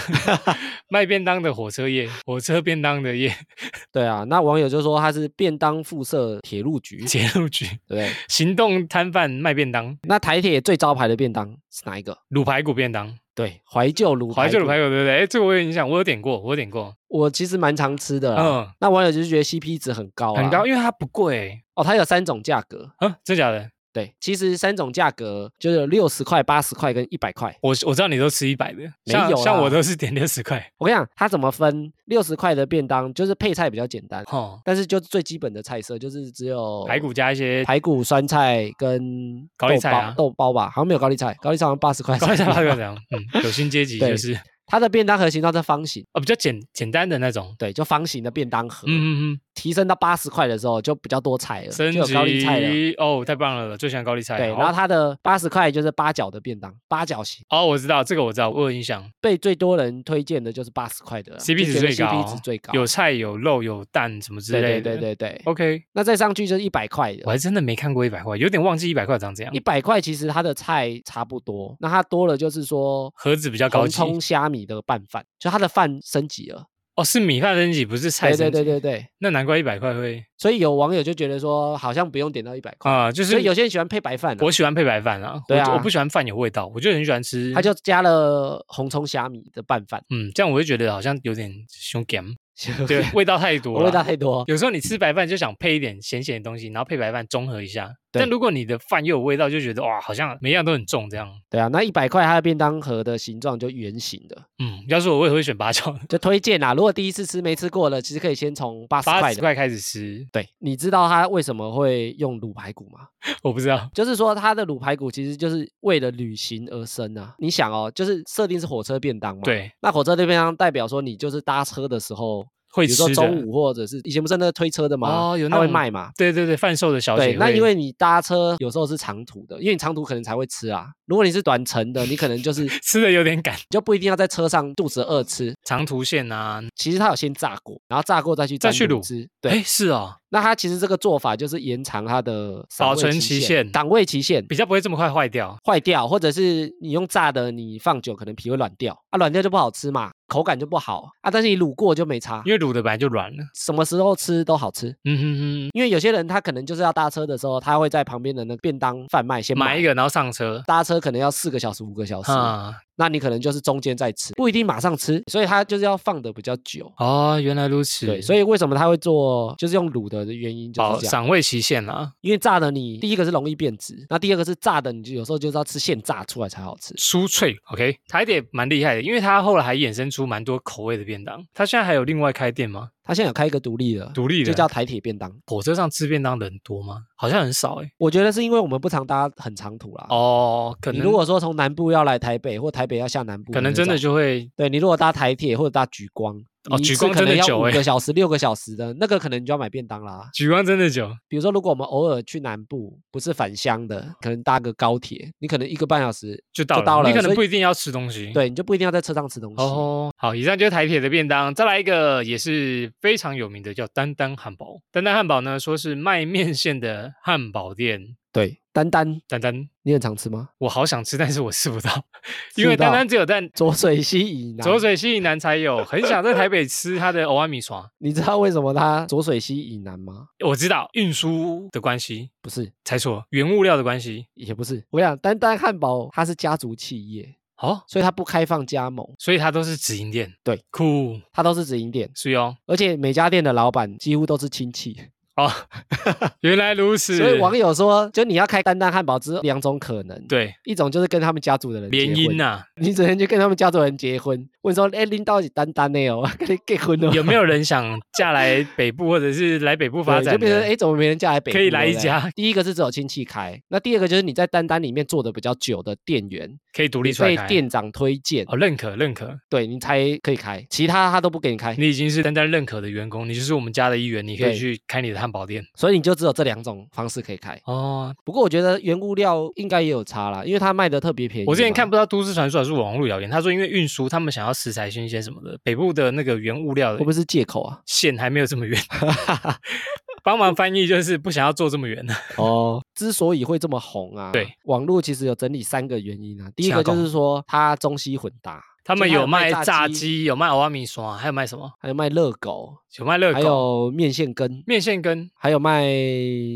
S1: 卖便当的火车业，火车便当的业， *laughs*
S2: 对啊。那网友就说它是便当附设铁
S1: *laughs*
S2: 路局，对
S1: 铁路局
S2: 不对？
S1: 行动摊贩卖便当，
S2: 那台铁最招牌的便当是哪一个？
S1: 卤排骨便当，
S2: 对，怀旧卤
S1: 怀旧卤
S2: 骨
S1: 排骨对不对？哎，这个我有印象，我有点过，我有点过，
S2: 我其实蛮常吃的啦。
S1: 嗯，
S2: 那网友就是觉得 CP 值很高啊，
S1: 很高，因为它不贵
S2: 哦。它有三种价格，
S1: 啊，真假的？
S2: 对，其实三种价格就是有六十块、八十块跟一百块。
S1: 我我知道你都吃一百的，
S2: 没
S1: 像
S2: 有啊啦
S1: 像我都是点六十块。
S2: 我跟你讲，它怎么分？六十块的便当就是配菜比较简单，
S1: 哦，
S2: 但是就是最基本的菜色就是只有
S1: 排骨加一些
S2: 哦排骨、酸菜跟
S1: 高丽
S2: 豆
S1: 菜
S2: 包
S1: 啊
S2: 豆包吧，好像没有高丽菜，高丽菜好像八十块。
S1: 高丽菜八个这样，嗯，有薪阶级就
S2: 对
S1: 是
S2: *laughs* 它的便当盒形状是方形，
S1: 哦比较简简单的那种。
S2: 对，就方形的便当盒。
S1: 嗯嗯
S2: 提升到八十块的时候，就比较多菜了，
S1: 嗯，
S2: 就
S1: 升
S2: 有高丽菜了。
S1: 级哦，太棒了，最喜欢高丽菜。
S2: 对，
S1: 好
S2: 然后它的八十块就是八角的便当，八角形
S1: 哦，我知道这个，我知道，我有印象
S2: 被最多人推荐的就是八十块的啦啊
S1: ，CP
S2: 就
S1: 值最
S2: 觉得
S1: 高
S2: ，CP 值最高，
S1: 有菜有肉有蛋什么之
S2: 对
S1: 类的。
S2: 对对对对。
S1: OK，
S2: 那再上去就是一百块的
S1: 我，还真的没看过一百块，有点忘记一百块长怎样
S2: 一。百块其实它的菜差不多，那它多了就是说
S1: 盒子比较高
S2: 红
S1: 级
S2: 葱虾米的拌饭，就它的饭升级了。
S1: 哦，是米饭升级，不是菜
S2: 对
S1: 升
S2: 对
S1: 级。
S2: 对对对，
S1: 那难怪一百块会
S2: 所以有网友就觉得说好像不用点到一百块，
S1: 啊，就
S2: 所
S1: 是
S2: 以有些人喜欢配白饭啊、
S1: 我喜欢配白饭啊，
S2: 对啊
S1: 我我不喜欢饭有味道，我就很喜欢吃。
S2: 他就加了红葱虾米的拌饭， *laughs*
S1: 嗯，这样我就觉得好像有点凶 gam，对，味道太多
S2: 我
S1: 了。
S2: 味道太多，
S1: 有时候你吃白饭就想配一点咸咸的东西，然后配白饭中和一下。
S2: 对
S1: 但如果你的饭又有味道，就觉得哇，好像每样都很重这样。
S2: 对啊，那一百块它的便当盒的形状就圆形的，
S1: 嗯，要是我，我也会选八
S2: *laughs*
S1: 角，
S2: 就推荐啦。如果第一次吃没吃过的，其实可以先从八十
S1: 八
S2: 块
S1: 十
S2: 的。
S1: 块开始吃。
S2: 对，你知道它为什么会用卤排骨吗？
S1: 我不知道，
S2: 就是说它的卤排骨其实就是为了旅行而生啊。你想哦，就是设定是火车便当嘛。。
S1: 对，
S2: 那火车便当代表说你就是搭车的时候，
S1: 会
S2: 比如说
S1: 吃
S2: 中
S1: 的。
S2: 午或者是以前不是那推车的吗？
S1: 哦有那
S2: 它会
S1: 种
S2: 卖嘛？
S1: 对对对，贩售的小姐
S2: 对，
S1: 会。
S2: 那因为你搭车有时候是长途的，因为你长途可能才会吃啊。如果你是短程的，你可能就
S1: *laughs*
S2: 是你
S1: 吃的有点赶，
S2: 就不一定要在车上肚子饿吃，
S1: 长途线啊，
S2: 其实它有先炸过，然后炸过再去
S1: 再
S2: 沾
S1: 去
S2: 卤
S1: 卤
S2: 汁。
S1: 哎
S2: 对，
S1: 是哦，
S2: 那它其实这个做法就是延长它的
S1: 保
S2: 赏味
S1: 存期
S2: 期
S1: 限
S2: 档位期限
S1: 比较不会这么快坏掉。
S2: 坏掉，或者是你用炸的，你放久可能皮会软掉啊，软掉就不好吃嘛，口感就不好啊。但是你卤过就没差，
S1: 因为卤的本来就软了。
S2: 什么时候吃都好吃。
S1: 嗯哼哼
S2: 因为有些人他可能就是要搭车的时候，他会在旁边的那个便当贩卖先
S1: 哼，买一个然后上车。
S2: 搭车可能要四个小时、五个小时，
S1: 啊，
S2: 那你可能就是中间再吃，不一定马上吃，所以它就是要放的比较久。
S1: 哦，原来如此。
S2: 对，所以为什么它会做就是用卤的原因就
S1: 保
S2: 是这样，
S1: 赏味期限啊，
S2: 因为炸的你第一个是容易变质，那第二个是炸的你就有时候就是要吃现炸出来才好吃。
S1: 酥脆。OK，台铁蛮厉害的，因为它后来还衍生出蛮多口味的便当。它现在还有另外开店吗？
S2: 它现在有开一个独立的，
S1: 独立的
S2: 就叫台铁便当。
S1: 火车上吃便当的人多吗？好像很少哎。
S2: 我觉得是因为我们不常搭很长途啦。，
S1: 哦，可
S2: 你
S1: 能
S2: 如果说从南部要来台北，或台北要下南部
S1: 可
S2: 的
S1: 能
S2: 那种，
S1: 真的就会
S2: 对你如果搭台铁或者搭莒光，
S1: 哦
S2: 你一
S1: 莒
S2: 次
S1: 光
S2: 可
S1: 真的
S2: 能要
S1: 久
S2: 五
S1: 欸
S2: 个小时、六个小时的那个，可能你就要买便当啦。
S1: 举光真的久。
S2: 比如说，如果我们偶尔去南部，不是返乡的，可能搭个高铁，你可能一个半小时
S1: 就到了，
S2: 到了
S1: 你可能
S2: 所以
S1: 不一定要吃东西。，
S2: 对，你就不一定要在车上吃东西。
S1: 哦，好，以上就是台铁的便当。再来一个也是非常有名的，叫丹丹汉堡。丹丹汉堡呢，说是卖面线的汉堡店。
S2: 对，丹丹，
S1: 丹丹，
S2: 你很常吃吗？
S1: 我好想吃，但是我吃不
S2: *laughs*
S1: 到，
S2: 吃
S1: 因为
S2: 不到
S1: 丹丹只有在
S2: 浊水溪以南，
S1: 浊，水溪以南才有，很想在台北吃它的欧阿米爽。
S2: 你知道为什么它浊水溪以南吗？
S1: 我知道运输的关系，
S2: 不是，
S1: 猜错，原物料的关系。
S2: 也不是。我想丹丹汉堡它是家族企业，
S1: 哦，
S2: 所以它不开放加盟，
S1: 所以它都是直营店。
S2: 对，
S1: 酷，
S2: 它都是直营店，
S1: 是哦。
S2: 而且每家店的老板几乎都是亲戚。
S1: 哦， *laughs* 原来如此。
S2: 所以网友说，就你要开丹丹汉堡，只有两种可能，，
S1: 对
S2: 一种就是跟他们家族的人
S1: 联
S2: 结婚
S1: 姻呐、啊。
S2: 你只能去跟他们家族人结婚，问说，哎、拎到底单单的哦， *laughs* 跟你结婚哦，
S1: 有没有人想嫁来北部，或者是来北部发
S2: 对
S1: 展的？
S2: 就变成哎、诶怎么没人嫁来北部？
S1: 可以来
S2: 对
S1: 一
S2: 不对。
S1: 家，
S2: 第一个是只有亲戚开，那第二个就是你在单单里面做的比较久的店员，
S1: 可以独立
S2: 你
S1: 出来
S2: 被
S1: 开。
S2: 店长推荐，
S1: 哦，认可认可，
S2: 对你才可以开，其他他都不给你开，
S1: 你已经是单单认可的员工，你就是我们家的一员，你可以
S2: 对
S1: 去开你的汉堡店。
S2: 所以你就只有这两种方式可以开。
S1: 哦，
S2: 不过我觉得原物料应该也有差啦，因为它卖的特别便宜嘛。
S1: 我之前看不到都市传说还是网络谣言，他说因为运输，他们想要食材新鲜什么的，北部的那个原物料
S2: 会不
S1: 的
S2: 会是借口
S1: *laughs*
S2: 啊？
S1: 线还没有这么
S2: *laughs*
S1: 远。帮忙翻译就是不想要做这么
S2: *laughs*
S1: 远的，
S2: 哦，之所以会这么红啊，
S1: 对，
S2: 网络其实有整理三个原因啊。第一
S1: 请他
S2: 个就
S1: 讲
S2: 是说它中西混搭，
S1: 他们有卖
S2: 卖
S1: 炸
S2: 炸
S1: 鸡，有卖欧阿米刷，还有卖什么？
S2: 还有卖热狗，
S1: 有卖热
S2: 还
S1: 狗、
S2: 有面线羹，
S1: 面线跟
S2: 还有卖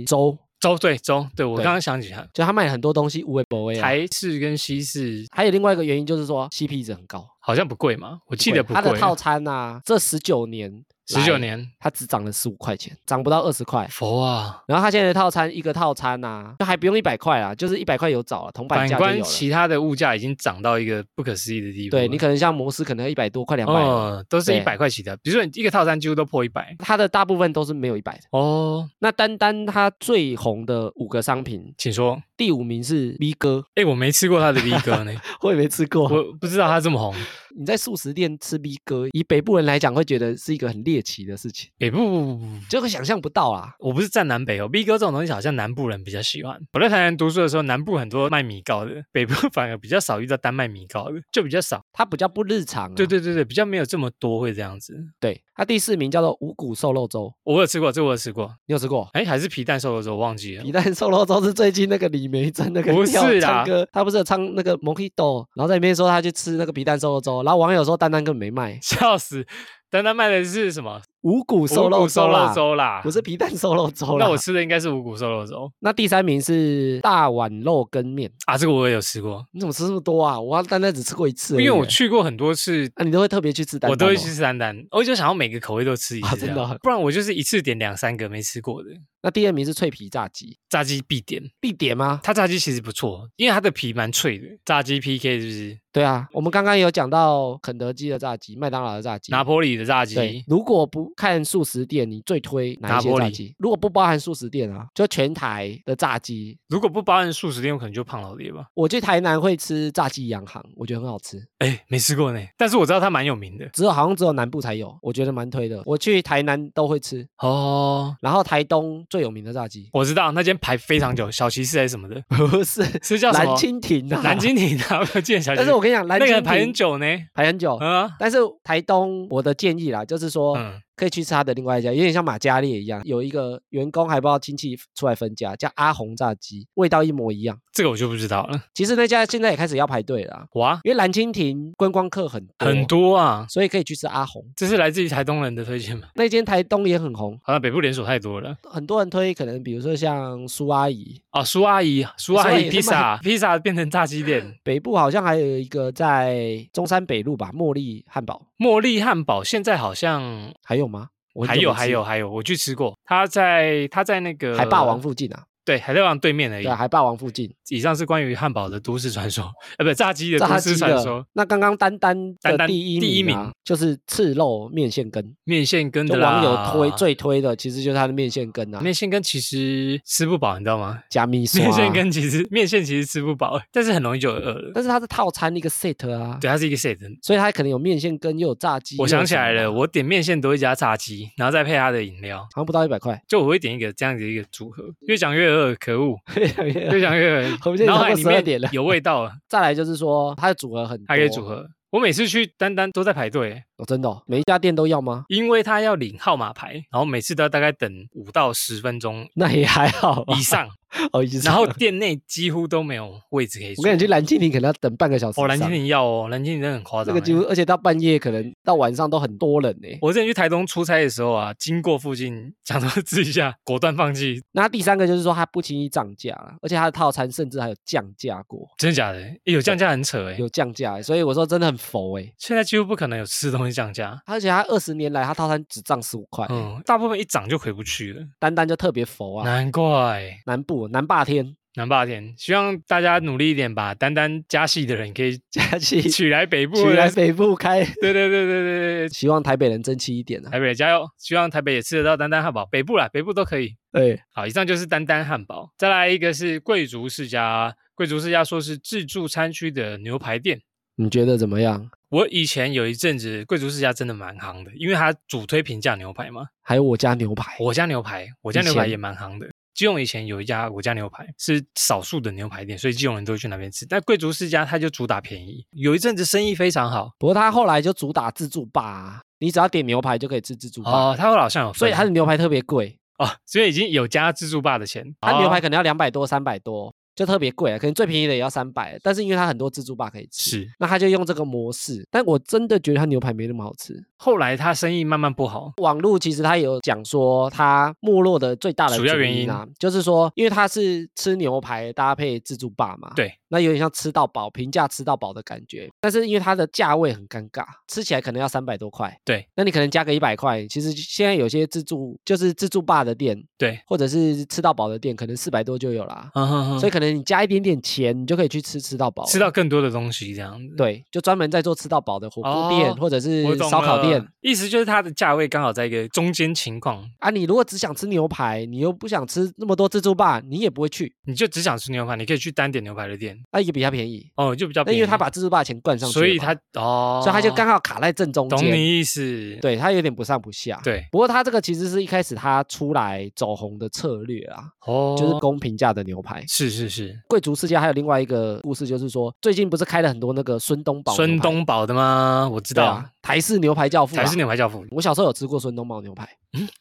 S2: 粥，
S1: 粥，对粥，对我
S2: 对
S1: 刚刚想起来，
S2: 就他卖很多东西无为不为啊。
S1: 台式跟西式
S2: 还有另外一个原因就是说 CP 值很高，
S1: 好像不贵嘛，我记得不
S2: 它的
S1: 贵。
S2: 套餐啊，这十九年
S1: 十九
S2: 来
S1: 年，
S2: 它只涨了十五块钱，涨不到二十块。
S1: 佛啊！
S2: 然后它现在的套餐一个套餐呐、就还不用一百块啦，就是一百块有找了，铜板
S1: 反
S2: 价就有
S1: 观
S2: 了。
S1: 其他的物价已经涨到一个不可思议的地步了，
S2: 对你可能像摩斯可能一百多，快两百、
S1: 哦，都是一
S2: 对
S1: 百块起的，比如说你一个套餐几乎都破一百
S2: 它的大部分都是没有一百的。
S1: 哦，
S2: 那单单它最红的五个商品，
S1: 请说。
S2: 第五名是 V 哥，
S1: 哎，我没吃过他的 V 哥
S2: *laughs*
S1: 呢，
S2: 我也没吃过。
S1: 我不知道他这么红。
S2: 你在素食店吃 V 哥，以北部人来讲，会觉得是一个很猎奇的事情，
S1: 北部
S2: 就会想象不到啊啦。
S1: 我不是站南北哦，B 哥这种东西好像南部人比较喜欢。我在台南读书的时候，南部很多卖米糕的，北部 *laughs* 反而比较少遇到单卖米糕的，就比较少。
S2: 它比较不日常、啊。
S1: 对对对对，比较没有这么多会这样子。
S2: 对，它第四名叫做五谷瘦肉粥，
S1: 我有吃过，这我有吃过，
S2: 你有吃过？
S1: 哎，还是皮蛋瘦肉粥，我忘记了
S2: 皮。蛋瘦肉粥是最近那个李梅珍那个
S1: 不
S2: 跳
S1: 是啦
S2: 唱歌，他不是有唱那个 Mojito，然后在里面说他去吃那个皮蛋瘦肉粥，然后网友说丹丹根本没卖
S1: *laughs* 笑死！丹丹卖的是什么？
S2: 五谷瘦
S1: 五
S2: 肉
S1: 谷瘦
S2: 粥
S1: 肉
S2: 啦，
S1: 粥啦，
S2: 不是皮蛋瘦肉粥啦。
S1: 那我吃的应该是五谷瘦肉粥
S2: 那第三名是大碗肉羹面，
S1: 啊，这个我也有吃过，
S2: 你怎么吃这么多啊？我单单只吃过一次而
S1: 因
S2: 已，欸
S1: 为我去过很多次，
S2: 啊，你都会特别去吃丹丹、
S1: 我都会去。吃丹丹，我就想要每个口味都吃一
S2: 哦啊
S1: 次这
S2: 真
S1: 样，
S2: 的啊
S1: 不然我就是一次点两三个没吃过的。
S2: 那第二名是脆皮炸鸡，
S1: 炸鸡必点，
S2: 必点吗？
S1: 它炸鸡其实不错，因为它的皮蛮脆的。炸鸡 PK 是不是？
S2: 对啊，我们刚刚有讲到肯德基的炸鸡、麦当劳的炸鸡，
S1: 拿坡里的炸
S2: 对
S1: 鸡，，
S2: 如果不看素食店，你最推哪一些
S1: 拿玻
S2: 炸
S1: 璃
S2: 鸡？如果不包含素食店啊，就全台的炸鸡，
S1: 如果不包含素食店，我可能就胖老爹吧。
S2: 我去台南会吃炸鸡洋行，我觉得很好吃，
S1: 哎，没吃过呢，但是我知道它蛮有名的
S2: 只有好像只有南部才有，我觉得蛮推的。我去台南都会吃，
S1: 哦。
S2: 然后台东最有名的炸
S1: *laughs*
S2: 鸡
S1: 我知道那间排非常久，小骑士还是什么的，
S2: 不是
S1: 是叫什么
S2: 蓝？蜻蜓啊，
S1: 蓝。蜻蜓啊，我记得小骑
S2: *laughs*
S1: 士
S2: 但是我跟你讲，蓝
S1: 那个
S2: 蜻
S1: 排很
S2: 蜓哦
S1: 久呢。
S2: 排很久，
S1: 嗯
S2: 但是台东我的建议啦，就是说
S1: 嗯，
S2: 可以去吃它的另外一家，有点像马家烈一样，有一个员工还不知道亲戚出来分家，叫阿红炸鸡，味道一模一样。
S1: 这个我就不知道了。
S2: 其实那家现在也开始要排队了啊，
S1: 哇，
S2: 因为蓝蜻蜓观光客很多
S1: 很，多啊！
S2: 所以可以去吃阿红
S1: 这是来自于台东人的推荐吗？
S2: 那间，台东也很红，
S1: 好像北部连锁太多了
S2: 很多人推，可能比如说像苏阿姨，
S1: 啊！苏阿姨，苏
S2: 苏
S1: 阿
S2: 阿
S1: 姨
S2: 姨
S1: 披
S2: 他妈
S1: 萨， *laughs* 披萨变成炸鸡店。
S2: 北部好像还有一个在中山北路吧，茉莉汉堡
S1: 茉莉汉堡现在好像
S2: 还有吗？我很
S1: 还
S2: 久
S1: 有
S2: 没
S1: 还
S2: 吃
S1: 有还有，我去吃过，他在他在那个
S2: 海霸王附近啊，
S1: 对海霸王对面而已
S2: 对啊，。海霸王附近。
S1: 以上是关于汉堡的都市传说， *laughs* 呃，不，炸鸡的
S2: 炸
S1: 都
S2: 鸡
S1: 市传说
S2: 的。。那刚刚丹丹
S1: 丹
S2: 的
S1: 丹
S2: 第一
S1: 第一
S2: 名啊
S1: 名
S2: 就是赤肉面线羹，
S1: 面线羹
S2: 就
S1: 的啦，
S2: 网友推最推的其实就是它的面线羹啊，
S1: 面线羹其实吃不饱，你知道吗？
S2: 加米刷啊
S1: 面线，羹其实面线其实吃不饱，欸但是很容易就饿了。
S2: 但是它是套餐一个 set 啊，
S1: 对，它是一个 set。
S2: 所以它可能有面线羹又有炸鸡。
S1: 我
S2: 又有
S1: 想起
S2: 什么
S1: 来
S2: 的
S1: 了，
S2: 好
S1: 我点面线都会加炸鸡，然后再配它的饮料，
S2: 像不到一百块， *laughs*
S1: 就我会点一个这样子一个组合。越讲越饿，可恶，越讲越
S2: *laughs* 我们
S1: 饿。
S2: 现在
S1: 脑
S2: 超
S1: 海
S2: 过
S1: 里
S2: 12点
S1: 面
S2: 了
S1: 有味道了，
S2: 再来就是说它的组合很多，
S1: 还可以
S2: *laughs*
S1: 组合。我每次去丹丹都在排队，
S2: 哦，真的哦每一家店都要吗？ *laughs*
S1: 因为他要领号码牌，然后每次都要大概等五到十分钟
S2: 那也还好吧
S1: 以上，
S2: 哦，以 *laughs* 上
S1: 然后店内几乎都没有位置可以
S2: 我
S1: 坐。
S2: 跟你去蓝蜻蜓可能要等半个小时以上。
S1: 哦，蓝蜻蜓要哦，蓝蜻蜓真的很夸
S2: 这
S1: 张
S2: 个
S1: 欸。
S2: 几乎，而且到半夜可能到晚上都很多人呢。
S1: 我之前去台东出差的时候啊，经过附近，想说吃一下，果断放弃。
S2: 那第三个就是说它不轻易涨价啦，而且它的套餐甚至还有降价过，
S1: 真的假的？欸有降价很扯哎，
S2: 有降价欸，所以我说真的很佛哎。
S1: 现在几乎不可能有吃东西降价。
S2: 而且它二十年来，它套餐只涨十五块，
S1: 嗯，大部分一涨就回不去了，
S2: 单单就特别佛啊。
S1: 难怪。
S2: 南部南霸天 *laughs*
S1: 南霸天，希望大家努力一点吧。单单加戏的人可以 *laughs*
S2: 假期
S1: 娶来北部，
S2: 取来北部开，
S1: 对对对对对对，
S2: 希望台北人争气一点啊
S1: *laughs* 台。北加油！希望台北也吃得到丹丹汉堡，北部啦，北部都可以。
S2: 对，
S1: 好，以上就是丹丹汉堡。再来一个是贵族世家，贵族世家说是自助餐区的牛排店。
S2: 你觉得怎么样？
S1: 我以前有一阵子贵族世家真的蛮行的，因为它主推平价牛排嘛。
S2: 还有我家牛排，
S1: 我家牛排，我家牛排
S2: 以前
S1: 也蛮行的。基隆以前有一家我家牛排是少数的牛排店，所以基隆人都会去那边吃。但贵族世家它就主打便宜，有一阵子生意非常好
S2: 不过他后来就主打自助吧、你只要点牛排就可以吃自助吧，
S1: 哦。它好像有分，
S2: 嗯所以他
S1: 它
S2: 的牛排特别贵，
S1: 哦，所以已经有加自助吧的钱。
S2: 他牛排
S1: 哦
S2: 可能要两百多、三百多，就特别贵啊，可能最便宜的也要三百，但是因为它很多自助吧可以吃，
S1: 是。
S2: 那他就用这个模式。但我真的觉得他牛排没那么好吃。
S1: 后来他生意慢慢不好，
S2: 网络其实他有讲说，它没落的最大的
S1: 主要原
S2: 因啊，就是说，因为它是吃牛排搭配自助吧嘛，
S1: 对，
S2: 那有点像吃到饱、平价吃到饱的感觉。但是因为它的价位很尴尬，吃起来可能要三百多块，
S1: 对，
S2: 那你可能加个一百块，其实现在有些自助就是自助吧的店，
S1: 对，
S2: 或者是吃到饱的店，可能四百多就有啦。
S1: 嗯哼哼
S2: 所以可能你加一点点钱，你就可以去吃吃到饱了，
S1: 吃到更多的东西这样子。
S2: 对，就专门在做吃到饱的火锅店、
S1: 哦
S2: 或者是
S1: 我懂
S2: 烧烤店
S1: 了，意思就是它的价位刚好在一个中间情况，
S2: 啊，你如果只想吃牛排，你又不想吃那么多自助吧，你也不会去，
S1: 你就只想吃牛排，你可以去单点牛排的店，
S2: 啊，也比它便宜。
S1: 哦，就比较
S2: 那
S1: 便宜。
S2: 因为他把自助吧的钱灌上去了
S1: 所
S2: 嘛，
S1: 以它哦，
S2: 所以他就刚好卡在正中
S1: 懂
S2: 间，
S1: 你意思，
S2: 对他有点不上不下。，
S1: 对
S2: 不过他这个其实是一开始他出来走红的策略啊，
S1: 哦，
S2: 就是公平价的牛排。
S1: 是是是，
S2: 贵族世家还有另外一个故事，就是说最近不是开了很多那个孙东宝牛排
S1: 孙东宝的吗？我知
S2: 对
S1: 道
S2: 啊，，台式牛排教父、啊
S1: 台式。牛排教父，
S2: 我小时候有吃过孙东宝牛排，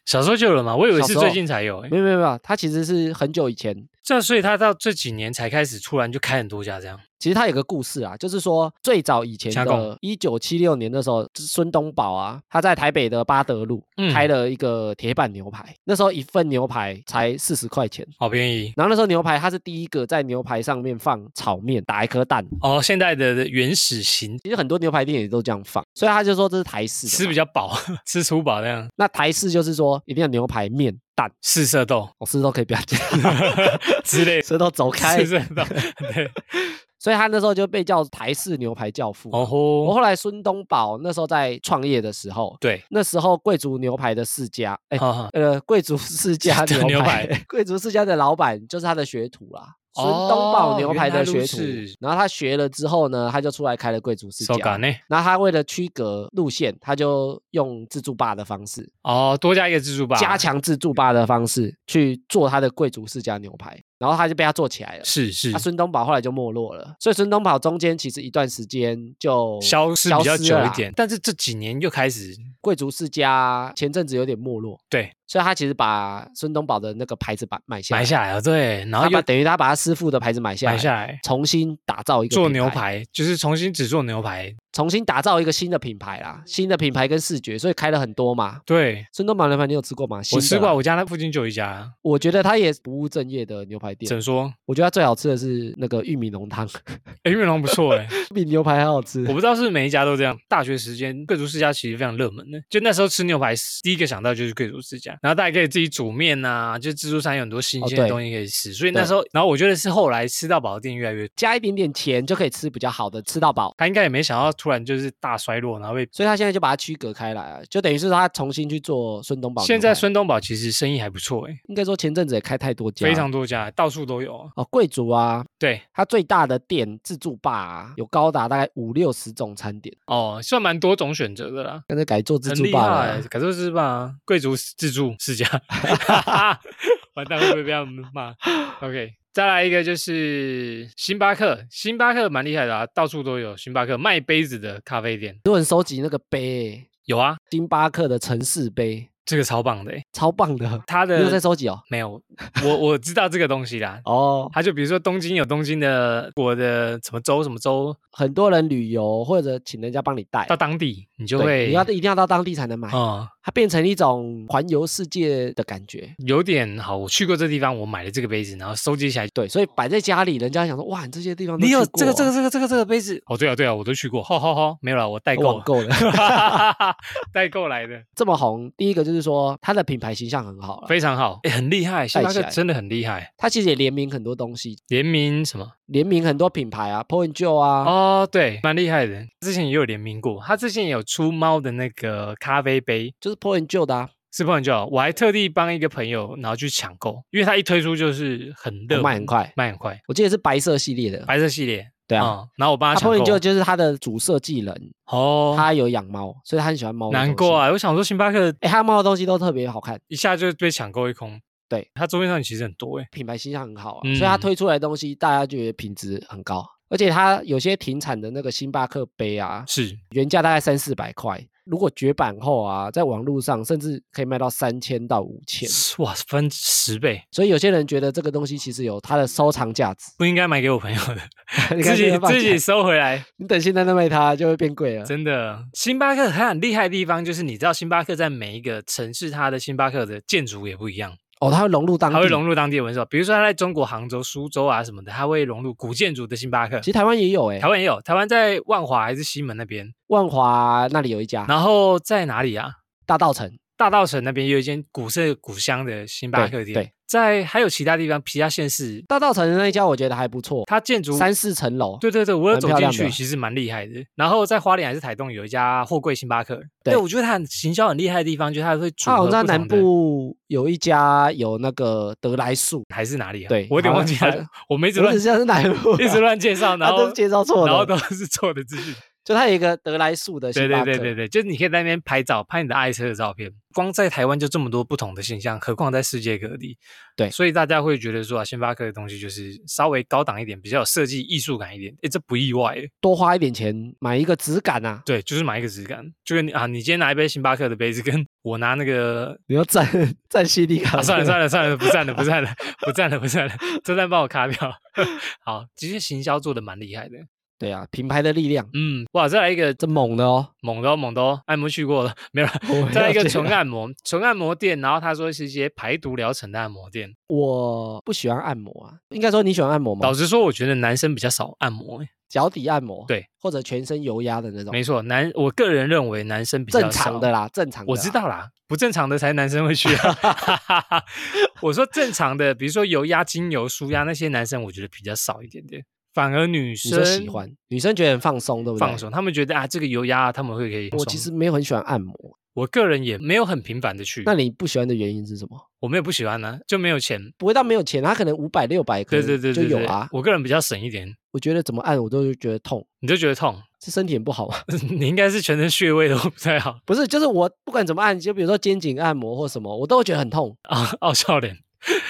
S1: 小时候就有了嘛，我以为
S2: 小
S1: 是
S2: 时候
S1: 最近才有、欸
S2: 没，有没有没有，他其实是很久以前
S1: 这所以他到这几年才开始突然就开很多家这样，
S2: 其实它有个故事啊，就是说最早以前
S1: 请
S2: 的
S1: 讲，
S2: 一九七六年的时候，孙东宝啊，他在台北的八德路、
S1: 嗯
S2: 开了一个铁板牛排，那时候一份牛排才四十块钱。
S1: 好便宜
S2: 然后那时候牛排它是第一个在牛排上面放炒面，打一颗蛋。
S1: 哦。现在的的原始型
S2: 其实很多牛排店也都这样放，所以他就说这是台式
S1: 吃
S2: 的嘛。
S1: 比较饱， *laughs* 吃粗饱那样，
S2: 那台式就是说一定要牛排面蛋，
S1: 四色
S2: *laughs*
S1: 豆
S2: 我、哦、舌头可以不要
S1: *laughs*
S2: 讲，
S1: 之
S2: *laughs*
S1: 类的，
S2: 舌头走开
S1: 四。色豆，
S2: *laughs*
S1: 对，
S2: 所以他那时候就被叫台式牛排教父。
S1: 哦
S2: 我
S1: 吼，
S2: 后来孙东宝那时候在创业的时候，
S1: 对，
S2: 那时候贵族牛排的世家，哎、
S1: 哈哈，
S2: 呃，贵族
S1: *laughs*
S2: 世家
S1: 这
S2: 牛
S1: 牛
S2: 排，
S1: 排
S2: 贵族世家的老板就是他的学徒啦。孙东宝
S1: 哦
S2: 牛
S1: 原
S2: 排的
S1: 来如
S2: 学徒
S1: 此，
S2: 然后他学了之后呢，他就出来开了贵族世
S1: 手
S2: 家
S1: 感。呢？
S2: 然后他为了区隔路线，他就用自助吧的方式，
S1: 哦，多加一个自助吧，
S2: 加强自助吧的方式去做他的贵族世家牛排，然后他就被他做起来了。
S1: 是是
S2: 那、，孙东宝后来就没落了，所以孙东宝中间其实一段时间就
S1: 消失比较
S2: 哦了啊
S1: 久一
S2: 啦
S1: 点，但是这几年又开始，
S2: 贵族世家前阵子有点没落，
S1: 对，
S2: 所以他其实把孙东宝的那个牌子把买下来，
S1: 买下来了，对，然
S2: 他
S1: 后
S2: 把
S1: 又
S2: 等于他把他师傅的牌子买下来，
S1: 买下来。
S2: 重新打造一个
S1: 做
S2: 品
S1: 牛，排就是重新只做牛排，
S2: 重新打造一个新的品牌啦，新的品牌跟视觉，所以开了很多嘛。
S1: 对
S2: 孙东宝牛排你有吃过吗？
S1: 我
S2: 新的啊
S1: 吃过，
S2: 啦，
S1: 我家那附近就有一家，
S2: 我觉得他也不务正业的牛排
S1: 怎
S2: 店，
S1: 么说？
S2: 我觉得他最好吃的是那个玉米浓汤， *laughs*
S1: 哎，玉米浓不错哎，
S2: 比牛排还好吃
S1: 我。不知道是不是每一家都这样。大学时间，贵族世家其实非常热门的，就那时候吃牛排，第一个想到就是贵族世家，然后大家可以自己煮面呐、就自助餐有很多新鲜
S2: 哦对
S1: 的东西可以吃，所以那时候，然后我觉得是后来吃到饱的店越来越多，
S2: 加一点点钱就可以吃比较好的，吃到饱。
S1: 他应该也没想到突然就是大衰落，然后被。
S2: 所以他现在就把它区隔开来啊了，就等于是他重新去做孙东宝牛排。
S1: 现在孙东宝其实生意还不错哎诶，
S2: 应该说前阵子也开太多家，
S1: 非常多家，到处都有啊。
S2: 哦，贵族啊，
S1: 对，
S2: 它最大的店自助吧、啊、有高达大概五六十种餐点，
S1: 哦，算蛮多种选择的啦，
S2: 跟着改做自
S1: 很
S2: 助
S1: 厉
S2: 吧了
S1: 害
S2: 啊、
S1: 欸。可是是吧，贵族自助世
S2: *laughs*
S1: 家，完蛋会不会被他们骂？OK，再来一个就是星巴克，星巴克蛮厉害的啊，到处都有星巴克卖杯子的咖啡店，
S2: 很多人收集那个杯欸，
S1: 有啊，
S2: 星巴克的城市杯，
S1: 这个超棒的欸，
S2: 超
S1: *laughs*
S2: 棒的。
S1: 它
S2: 你有在
S1: 的
S2: 收集哦？
S1: 没有，我我知道这个东西啦。
S2: 哦，
S1: 它就比如说东京有东京的我的什么州什么州，
S2: 很多人旅游或者请人家帮你带
S1: 到，当地你就
S2: 对，
S1: 会
S2: 你要一定要到当地才能买，
S1: 嗯，
S2: 它变成一种环游世界的感觉。
S1: 有点好，我去过这地方，我买了这个杯子，然后收集起来。
S2: 对，所以摆在家里，人家想说，哇，你这些地方都
S1: 你有
S2: 去过
S1: 这个这个
S2: 哦
S1: 这个这个这个杯子？啊哦，对啊对啊，我都去过。好好好，没有啦，我代购
S2: 网
S1: 了，
S2: 购了， *laughs*
S1: *laughs* 代购来的，
S2: 这么红，第一个就是说它的品牌形象很好了，
S1: 非常好，诶哎很厉害，星巴
S2: 带
S1: 克
S2: 起来
S1: 真的很厉害，
S2: 它其实也联名很多东西，
S1: 联名什么？
S2: 联名很多品牌啊 p o i n t Joe 啊，
S1: 哦，对，蛮厉害的。之前也有联名过，他之前也有出猫的那个咖啡杯。
S2: 就是 p o i n t Joe 的、啊，
S1: 是朋友就好，我还特地帮一个朋友，然后去抢购，因为他一推出就是很热门，
S2: 卖很快。
S1: 哦卖很快，
S2: 我记得是白色系列的，
S1: 白色系列
S2: 对啊。
S1: 嗯然后我帮
S2: 他
S1: 他抢
S2: p o i n t Joe
S1: 购，
S2: 就是他的主设计人，
S1: 哦，
S2: 他有养猫，所以他很喜欢猫。
S1: 难过！啊！我想说，星巴克
S2: 哎，他猫的东西都特别好看，
S1: 一下就被抢购一空。
S2: 对，
S1: 它桌面上其实很多哎、
S2: 品牌形象很好啊，
S1: 嗯
S2: 所以他推出来的东西大家就觉得品质很高。而且他有些停产的那个星巴克杯啊，
S1: 是
S2: 原价大概三四百块，如果绝版后啊，在网络上甚至可以卖到三千到五千，
S1: 哇，翻十倍，
S2: 所以有些人觉得这个东西其实有它的收藏价
S1: *laughs*
S2: 值。
S1: 不应该买给我朋友的，
S2: *laughs* 你
S1: 自
S2: 看这
S1: 己
S2: 个嗯放
S1: 自己
S2: 假，
S1: 收回来。
S2: 你等现在再卖它就会变贵了。
S1: 真的，星巴克它很厉害的地方就是，你知道星巴克在每一个城市，它的星巴克的建筑也不一样，
S2: 哦，它会融入当
S1: 它会
S2: 地。
S1: 融入当地的文化。比如说，它在中国杭州、苏州啊什么的，它会融入古建筑的星巴克
S2: 其。实台湾也有哎、
S1: 台湾也有，台湾在万华还是西门那边，
S2: 万华那里有一家
S1: 然后在哪里啊？
S2: 大道城，
S1: 大道城那边也有一间古色古香的星巴克
S2: 对
S1: 店。
S2: 对
S1: 在还有其他地方，其他县市，
S2: 大道城那一家我觉得还不错，
S1: 它建筑
S2: 三四层楼。
S1: 对对对，我有
S2: 蛮
S1: 走
S2: 漂
S1: 进
S2: 亮的
S1: 去，其实蛮厉害的。然后在花莲还是台东有一家货柜星巴克，
S2: 对
S1: 我觉得它很行销很厉害的地方，就是它会组
S2: 它好
S1: 合
S2: 像
S1: 不
S2: 在啊南
S1: 同的
S2: 部有一家有那个德来树，
S1: 还是哪里啊？
S2: 对
S1: 我有点
S2: 好
S1: 忘记
S2: 像 *laughs*
S1: 了，我们一直
S2: 我
S1: 乱
S2: 只知道是南 *laughs* 部啊、
S1: *laughs* 一直乱介绍，
S2: 它
S1: 然
S2: 都
S1: 后
S2: 是介绍错
S1: *laughs* 然后
S2: 的。
S1: 都是错的资
S2: *laughs*
S1: 讯。
S2: 就它有一个德来树的
S1: 对
S2: 星
S1: 对
S2: 巴克，
S1: 对对对，就是你可以在那边拍照，拍你的爱车的照片。光在台湾就这么多不同的形象，何况在世界各地。
S2: 对
S1: 所以大家会觉得说啊，星巴克的东西就是稍微高档一点，比较有设计艺术感一点。诶，这不意外耶。
S2: 多花一点钱买一个质感啊，
S1: 对，就是买一个质感，就跟你啊，你今天拿一杯星巴克的杯子，跟我拿那个
S2: 你要占 *laughs* 占 CD 卡、
S1: 啊，算了算了算了，不赞了
S2: *laughs*
S1: 不赞了不赞了不赞了，这段帮我卡掉。 *laughs* 好，其实行销做的蛮厉害的。
S2: 对啊，品牌的力量，
S1: 嗯，哇，再来一个
S2: 这猛的哦。
S1: 猛的哦猛的哦，按摩去过了没
S2: *laughs*
S1: 有啦？
S2: 我
S1: *laughs* 再来一个
S2: 了解
S1: 纯
S2: 了
S1: 按摩，纯按摩店，然后他说是一些排毒疗程的按摩店。
S2: 我不喜欢按摩啊，应该说你喜欢按摩吗
S1: 老？实说，我觉得男生比较少按摩欸。
S2: 脚底按摩，
S1: 对，
S2: 或者全身油压的那种，
S1: 没错，男，我个人认为男生比较
S2: 正常的
S1: 少。
S2: 啦，正常的。啊
S1: 我知，道啦，不正常的才男生会去、啊。 *laughs* 我说正常的，比如说油压、精油、舒压那些男生，我觉得比较少一点点，反而女
S2: 你
S1: 生
S2: 说喜欢女生觉得很放松，对不对？
S1: 放。松，他们觉得啊，这个油压他们会可以放松。嗯
S2: 我其实没有很喜欢按摩，
S1: 我个人也没有很频繁的去，
S2: 那你不喜欢的原因是什么？
S1: 我没有不喜欢呢、就没有钱。
S2: 不会到没有钱，他啊可能五百六百，
S1: 对对对
S2: 就
S1: 对对，
S2: 有啊。
S1: 我个人比较省一点，
S2: 我觉得怎么按我都觉得痛，
S1: 你就觉得痛， *laughs*
S2: 这身体很不好啊。
S1: 你应该是全身穴位都不太好
S2: *laughs*
S1: *laughs*
S2: 不是，就是我不管怎么按，就比如说肩颈按摩或什么，我都会觉得很痛。
S1: 啊，傲笑脸。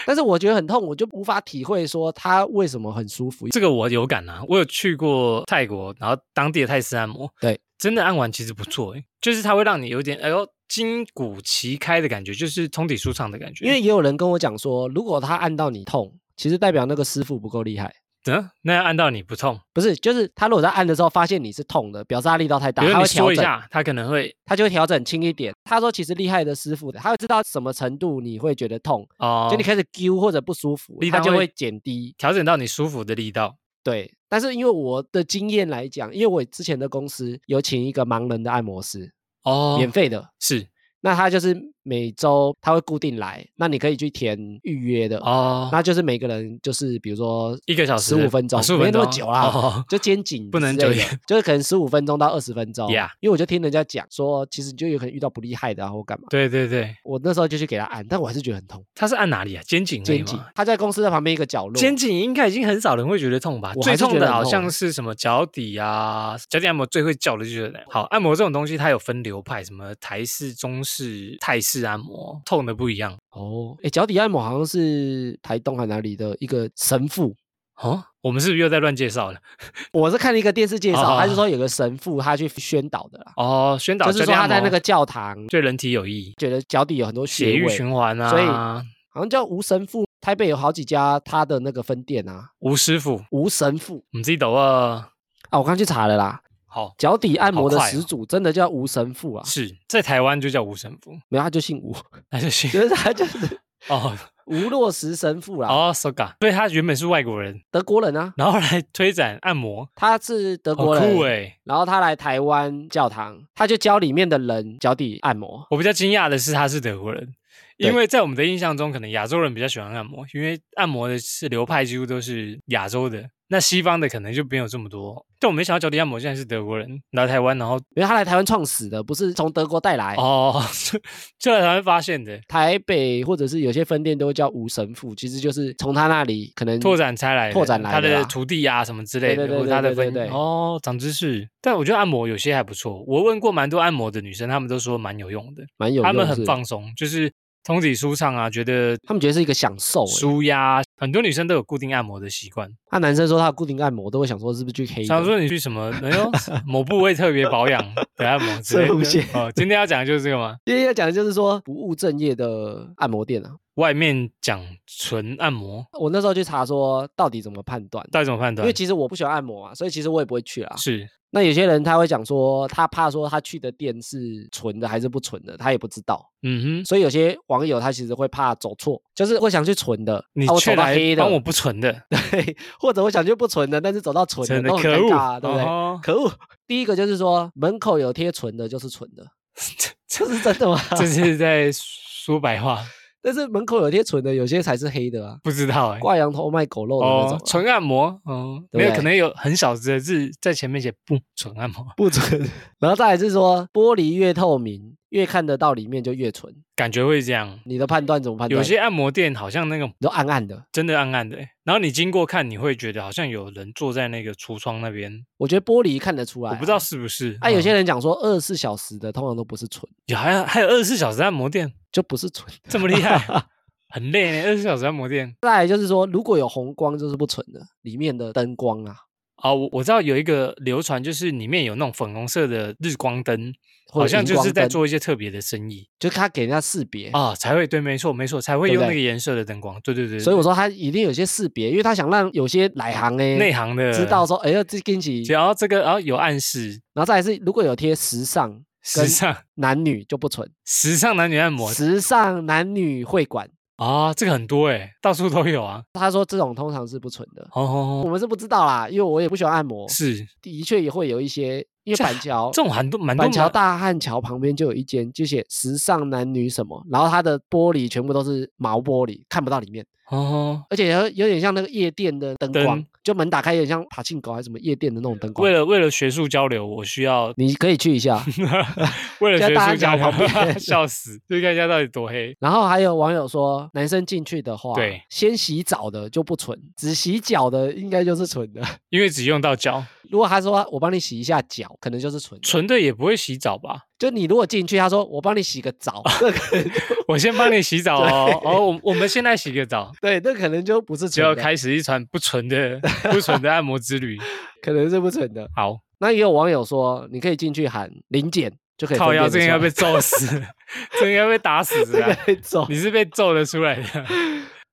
S2: 但是我觉得很痛，我就无法体会说它为什么很舒服。
S1: 这个我有感啊，我有去过泰国，然后当地的泰式按摩，
S2: 对，
S1: 真的按完其实不错诶，就是它会让你有点哎呦筋骨齐开的感觉，就是通体舒畅的感觉。
S2: 因为也有人跟我讲说，如果他按到你痛，其实代表那个师傅不够厉害。
S1: 嗯，那要按到你不痛，
S2: 不是，就是他如果在按的时候发现你是痛的，表示他力道太大，
S1: 比如
S2: 他
S1: 你
S2: 会调
S1: 说一
S2: 整，
S1: 下，它可能会
S2: 他就会调整轻一点。他说，其实厉害的师傅，他会知道什么程度你会觉得痛，
S1: 哦，
S2: 就你开始揪或者不舒服
S1: 力，
S2: 他
S1: 道
S2: 就
S1: 会
S2: 会减低。
S1: 调整到你舒服的力道。
S2: 对，但是因为我的经验来讲，因为我之前的公司有请一个盲人的按摩师，
S1: 哦，
S2: 免费的。
S1: 是
S2: 那他就是每周他会固定来，那你可以去填预约的，
S1: 哦，
S2: 那就是每个人就是比如说
S1: 一个小时
S2: 15分钟
S1: 十五
S2: 没
S1: 分
S2: 那
S1: 钟
S2: 么久啦
S1: 哦
S2: 就肩颈
S1: 不能
S2: 之类
S1: 久一
S2: 的，就是可能十五分钟到二十分钟。
S1: Yeah
S2: 因为我就听人家讲说，其实你就有可能遇到不厉害的啊，或干嘛。
S1: 对对对，
S2: 我那时候就去给他按，但我还是觉得很痛，
S1: 它是按哪里啊？肩颈而已
S2: 肩
S1: 吗
S2: 颈。他在公司的旁边一个角落，
S1: 肩颈应该已经很少人会觉得痛吧？
S2: 我
S1: 最
S2: 还是
S1: 痛
S2: 觉
S1: 的
S2: 得很
S1: 好
S2: 痛
S1: 像
S2: 啊
S1: 是什么脚底啊，脚底按摩最会叫的就是好按摩这种东西，它有分流派，什么台式、中式、泰式按摩，痛的不一样
S2: 哦，哎，脚底按摩好像是台东还哪里的一个神父，
S1: 哦。我们是不是又在乱介绍了？
S2: 我是看了一个电视介
S1: 哦
S2: 绍，他是说有个神父他去宣导的啦，
S1: 哦，宣导
S2: 就是
S1: 脚
S2: 说
S1: 底
S2: 他
S1: 按摩
S2: 在那个教堂，
S1: 对人体有益，
S2: 觉得脚底有很多
S1: 血
S2: 穴
S1: 液
S2: 位，
S1: 循环啊。
S2: 所以好像叫吴神父，台北有好几家他的那个分店啊，
S1: 吴师傅，
S2: 吴神父
S1: 我们自己抖啊。
S2: 啊，我刚去查了啦，
S1: 好，
S2: 脚底按摩的
S1: 好快哦
S2: 始祖真的叫吴神父啊，
S1: 是在台湾就叫吴神父，
S2: 没有他就姓吴， *laughs*
S1: 那就行
S2: 就。是他就是
S1: 哦
S2: 吴洛石神父啦，
S1: 哦，Soga，所以他原本是外国人，
S2: 德国人啊，
S1: 然后来推展按摩，
S2: 他是德
S1: 好
S2: 国人，
S1: 酷欸诶。
S2: 然后他来台湾教堂，他就教里面的人脚底按摩，
S1: 我比较惊讶的是他是德国人，因
S2: 对
S1: 为在我们的印象中，可能亚洲人比较喜欢按摩，因为按摩的是流派几乎都是亚洲的，那西方的可能就没有这么多。但我没想到脚底按摩竟然是德国人来台湾，然后
S2: 因为他来台湾创始的，不是从德国带来。
S1: 哦， *laughs* 就来台湾发现的，
S2: 台北或者是有些分店都会叫吴神父，其实就是从他那里可能
S1: 拓展开来的，
S2: 拓展来
S1: 他
S2: 的
S1: 的
S2: 啦
S1: 徒弟啊什么之类的，
S2: 对对对
S1: 或者他的
S2: 对
S1: 分
S2: 对对对
S1: 哦，长知识。但我觉得按摩有些还不错，我问过蛮多按摩的女生，她们都说蛮有用的，
S2: 蛮有用
S1: 她
S2: 是不
S1: 们
S2: 是，
S1: 很放松，就是通体舒畅啊，觉得
S2: 他们觉得是一个享受、欸，
S1: 舒压，很多女生都有固定按摩的习惯。
S2: 那男生说他有固定按摩，我都会想说是不是去黑的？
S1: 想说你去什么，哎呦， *laughs* 某部位特别保
S2: *laughs*
S1: 养的按摩之类
S2: 这路线
S1: 的。哦，今天要讲的就是这个吗？
S2: 今天要讲的就是说不务正业的按摩店啊。
S1: 外面讲纯按摩，
S2: 我那时候去查说到底怎么判断，
S1: 到底怎么判
S2: 因
S1: 断
S2: 为？其实我不喜欢按摩啊，所以其实我也不会去啦。
S1: 是
S2: 那有些人他会讲说，他怕说他去的店是纯的还是不纯的，他也不知道。
S1: 嗯哼，
S2: 所以有些网友他其实会怕走错，就是会想去纯的，
S1: 你
S2: 啊、我
S1: 却
S2: 走到
S1: 来
S2: 黑的，
S1: 帮我不纯的，
S2: 对，或者我想去不纯的，但是走到纯
S1: 真的
S2: 都很
S1: 可
S2: 尴
S1: 恶
S2: 尬啊，对不对？ *laughs*
S1: 哦
S2: 可恶！第一个就是说门口有贴纯的，就是纯
S1: *laughs*
S2: 的，这是真的吗？
S1: 这是在说白话，
S2: *laughs* 但是门口有贴纯的，有些才是黑的啊，
S1: 不知道哎。
S2: 挂羊头卖狗肉的那种
S1: 哦
S2: 啊、，
S1: 纯按摩，嗯，
S2: 对不
S1: 没有，
S2: 对
S1: 可能有很少的字在前面写不纯按摩， *laughs*
S2: 不纯。 *laughs* 然后再来是说玻璃越透明，越看得到里面就越纯。
S1: 感觉会这样。
S2: 你的判断怎么判断？
S1: 有些按摩店好像那个
S2: 都暗暗的，
S1: 真的暗暗的欸，然后你经过看，你会觉得好像有人坐在那个橱窗那边，
S2: 我觉得玻璃看得出来、
S1: 我不知道。是不是。
S2: 啊，有些
S1: 嗯
S2: 人讲说二十四小时的通常都不是纯，
S1: 有还有还有二十四小时按摩店，
S2: 就不是纯。
S1: *laughs* 这么厉害， *laughs* 很累呢。二十四小时按摩店
S2: 再来就是说，如果有红光就是不纯的，里面的灯光啊，
S1: 啊，我我知道有一个流传，就是里面有那种粉红色的日光灯，
S2: 或
S1: 好
S2: 者
S1: 像
S2: 荧
S1: 就是
S2: 光
S1: 在
S2: 灯
S1: 做一些特别的生意
S2: 就他给人家识别。
S1: 啊，才会对，没错没错，才会
S2: 对不
S1: 用那
S2: 对
S1: 个颜色的灯光。对对对，
S2: 所以我
S1: 说
S2: 说他一定有些识别，因为他想让有些来行呢
S1: 内行的
S2: 知道，说，哎呀，这跟起，
S1: 只要这个啊有暗示，
S2: 然后再来是如果有贴时尚
S1: 时
S2: 跟
S1: 尚 *laughs*
S2: 男女就不纯，
S1: 时尚男女按摩
S2: 时尚男女会馆，
S1: 啊，这个很多哎，到处都有啊。
S2: 他说这种通常是不纯的，
S1: 哦哦
S2: 我们是不知道啦，因为我也不喜欢按摩
S1: 哦，，是
S2: 的确也会有一些，因为
S1: 这
S2: 板桥
S1: 这种很多蛮多
S2: 板桥
S1: 蛮
S2: 大汉桥旁边就有一间，就写时尚男女什么，然后它的玻璃全部都是毛玻璃，看不到里面，
S1: 哦，
S2: 而且有有点像那个夜店的灯
S1: 灯
S2: 光，就门打开有点像塔庆狗还是什么夜店的那种灯光
S1: 为。了为了学术交流，我需要
S2: 你可以去一
S1: *laughs*
S2: 下。
S1: 为了
S2: 在
S1: 学
S2: 大
S1: 术
S2: 安
S1: 交
S2: 桥
S1: 流
S2: 旁
S1: *laughs*
S2: 边
S1: 笑死，就看一下到底多黑。
S2: 然后还有网友说，男生进去的话，
S1: 对，
S2: 先洗澡的就不纯，只洗脚的应该就是纯的。 *laughs*
S1: 因为只用到脚，
S2: 如果他说我帮你洗一下脚，可能就是纯的。
S1: 纯的也不会洗澡吧？
S2: 就你如果进去，他说我帮你洗个
S1: *laughs*
S2: 澡，那可能
S1: 我先帮你洗澡哦。哦，我我们现在洗个澡，
S2: 对，那可能就不是
S1: 就要
S2: 纯的，
S1: 开始一场不纯
S2: *laughs*
S1: 的不纯的按摩之旅。
S2: 可能是不纯的。
S1: 好，
S2: 那也有网友说，你可以进去喊零检就可以分
S1: 靠
S2: 辨
S1: 腰，
S2: 得
S1: 这个应
S2: 出
S1: 该
S2: 来
S1: 被揍死， *laughs* 这个应该被打死
S2: 这
S1: 的
S2: 个 *laughs*
S1: 啊。
S2: 被揍。
S1: 你是被揍的出来的，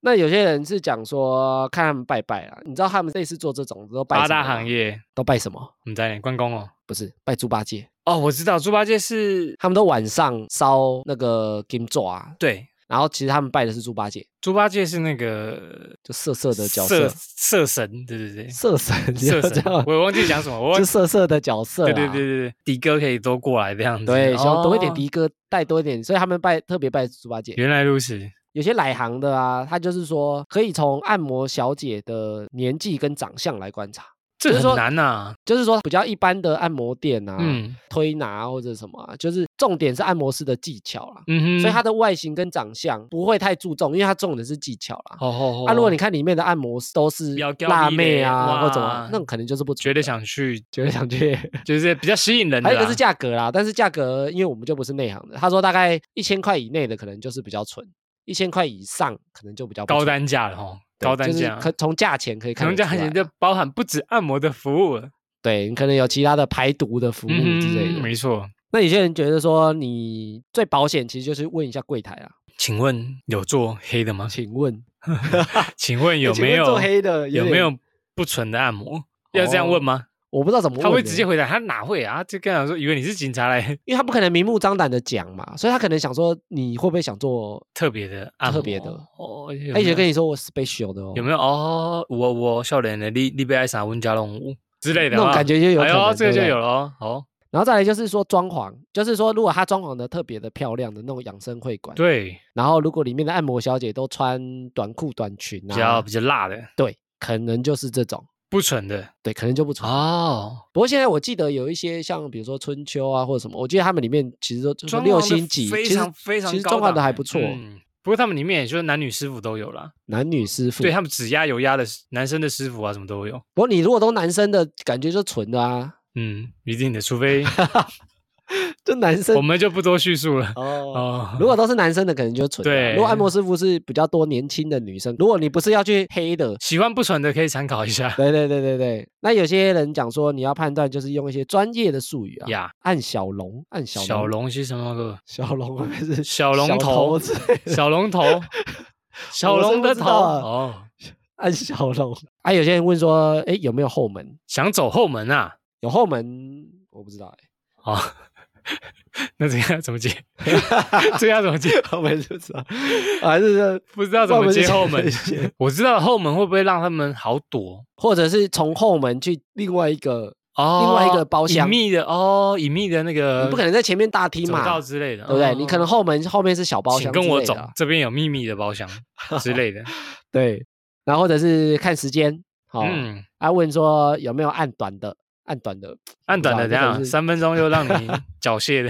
S2: 那有些人是讲说看他们拜拜啊，你知道他们类似做这种都拜
S1: 八
S2: 什
S1: 大
S2: 么吗
S1: 行业，
S2: 都拜什么？
S1: 我们在关公哦。
S2: 不是拜猪八戒，
S1: 哦，我知道猪八戒是
S2: 他们都晚上烧那个金座啊，
S1: 对，
S2: 然后其实他们拜的是猪八戒，
S1: 猪八戒是那个
S2: 就色色的角
S1: 色
S2: 色，
S1: 色神，对对对，
S2: 色神，你
S1: 色
S2: 要
S1: 神
S2: 这样，
S1: 我也忘记讲什么，我忘
S2: 就色色的角色啦，
S1: 对对对对对，迪哥可以多过来这样子，
S2: 对，想要多一点
S1: 哦
S2: 迪哥，带多一点，所以他们拜特别拜猪八戒。
S1: 原来如此，
S2: 有些来行的啊，他就是说可以从按摩小姐的年纪跟长相来观察，
S1: 这
S2: 就是
S1: 很
S2: 说
S1: 难啊呐。
S2: 就是说比较一般的按摩店啊、
S1: 嗯
S2: 推拿啊或者什么、啊，就是重点是按摩师的技巧啦。
S1: 嗯哼，
S2: 所以它的外形跟长相不会太注重，因为它重点是技巧啦。
S1: 哦哦，
S2: 啊，如果你
S1: 哦
S2: 看里面的按摩师都是
S1: 要要
S2: 辣
S1: 力
S2: 妹
S1: 嘞
S2: 啊或者什
S1: 哇
S2: 么，那种可能就是不
S1: 绝对
S2: 对
S1: 想去，
S2: 绝对想去。
S1: 就是比较吸引人的啊
S2: 还
S1: 啦。
S2: 有哎一个是价格啦，但是价格因为我们就不是内行的，他说大概一千块以内的可能就是比较纯，一千块以上可能就比较不
S1: 高
S2: 纯
S1: 单价了哈，
S2: 对
S1: 高单
S2: 就是
S1: 价，
S2: 可从价钱可以
S1: 可
S2: 看得
S1: 能
S2: 出
S1: 价
S2: 来啊，
S1: 钱就包含不止按摩的服务了，
S2: 对，你可能有其他的排毒的服务
S1: 嗯
S2: 之类的。
S1: 没错。
S2: 那有些人觉得说，你最保险其实就是问一下柜台啊，
S1: 请问有做黑的吗？
S2: 请问
S1: 请问 *laughs* 有
S2: 请
S1: 没
S2: 问
S1: 有
S2: 做黑的
S1: 有没
S2: 点？哦
S1: 有不纯的按摩？要这样问吗？
S2: 我不知道怎么问
S1: 他会
S2: 欸
S1: 直接，回答，他哪会啊？就跟他说，以为你是警察来 *laughs*
S2: 因为他不可能明目张胆的讲嘛，所以他可能想说你会不会想做，
S1: 特别的按摩，
S2: 特别的
S1: 哦，
S2: 他
S1: 有
S2: 而且
S1: 没
S2: 跟
S1: 有
S2: 你说我 special 的哦，
S1: 有没有哦？我我笑脸的，你你被爱上温家龙舞之类的
S2: 那种
S1: 啊
S2: 感觉就有
S1: 哎
S2: 可能
S1: 呦，这个就
S2: 对不对
S1: 有了哦。好，
S2: 然后再来就是说装潢，就是说如果他装潢的特别的漂亮的那种养生会馆，
S1: 对，
S2: 然后如果里面的按摩小姐都穿短裤短裙
S1: 比较
S2: 啊
S1: 比，较辣的，
S2: 对，可能就是这种，
S1: 不纯的
S2: 对，可能就不错。
S1: 哦。
S2: 不过现在我记得有一些像比如说春秋啊或者什么，我记得他们里面其实都就是说
S1: 装
S2: 六
S1: 潢得
S2: 星级，
S1: 非
S2: 其实
S1: 常非常
S2: 其实
S1: 高
S2: 装潢
S1: 档
S2: 的还不错，
S1: 嗯不过他们里面也就是男女师傅都有啦，
S2: 男女师傅。
S1: 对他们指压有压的男生的师傅啊，什么都有。
S2: 不过你如果都男生的感觉就纯的啊，
S1: *laughs* 嗯，一定的，除非
S2: 就男生
S1: 我们就不多叙述了。
S2: 哦。
S1: 哦，
S2: 如果都是男生的，可能就蠢的啊。
S1: 对
S2: 如果按摩师傅是比较多年轻的女生，如果你不是要去黑的，
S1: 喜欢不纯的可以参考一 *laughs* 下
S2: 对对对对对。那有些人讲说，你要判断就是用一些专业的术语啊，
S1: 呀。
S2: 按小龙，按小
S1: 小
S2: 龙，
S1: 龙是什么歌？
S2: 小龙 *laughs* 会不会是
S1: 小龙头
S2: 头之类的？
S1: 小龙头，小
S2: 我
S1: *laughs*
S2: 是
S1: 龙
S2: 不
S1: 的
S2: 知
S1: 头
S2: 道啊
S1: 哦，
S2: 按小龙啊，有些人问说，哎，有没有后门？
S1: 想走后门啊？ *laughs*
S2: 有后门，我不知道哎、 *laughs*
S1: 哦，那这个要怎么接？这个要怎么接？
S2: 后门啊就 *laughs* 知道，还是说
S1: 不知道怎
S2: 后
S1: 么
S2: 门
S1: 接
S2: 是
S1: 后门
S2: 怎么接。
S1: 我知道后门会不会让他们好躲？
S2: *laughs* 或者是从后门去另外一个，
S1: 哦，
S2: 另外一个包厢
S1: 隐秘的哦，隐秘的那个，
S2: 你不可能在前面大厅
S1: 呃走
S2: 嘛，
S1: 道之类的，
S2: 对不对？你可能
S1: 哦
S2: 后门后面是小包
S1: 请
S2: 厢，
S1: 跟我走，这边有秘密的
S2: *laughs*
S1: 包厢之类的。
S2: 啊对，然后或者是看时间，好、
S1: 嗯，
S2: 啊，问说有没有按短的，按短
S1: *laughs*
S2: 的，
S1: 按短的怎
S2: 不知道这个
S1: 样？啊
S2: 是
S1: 三分钟就让你
S2: *laughs*
S1: 缴械的，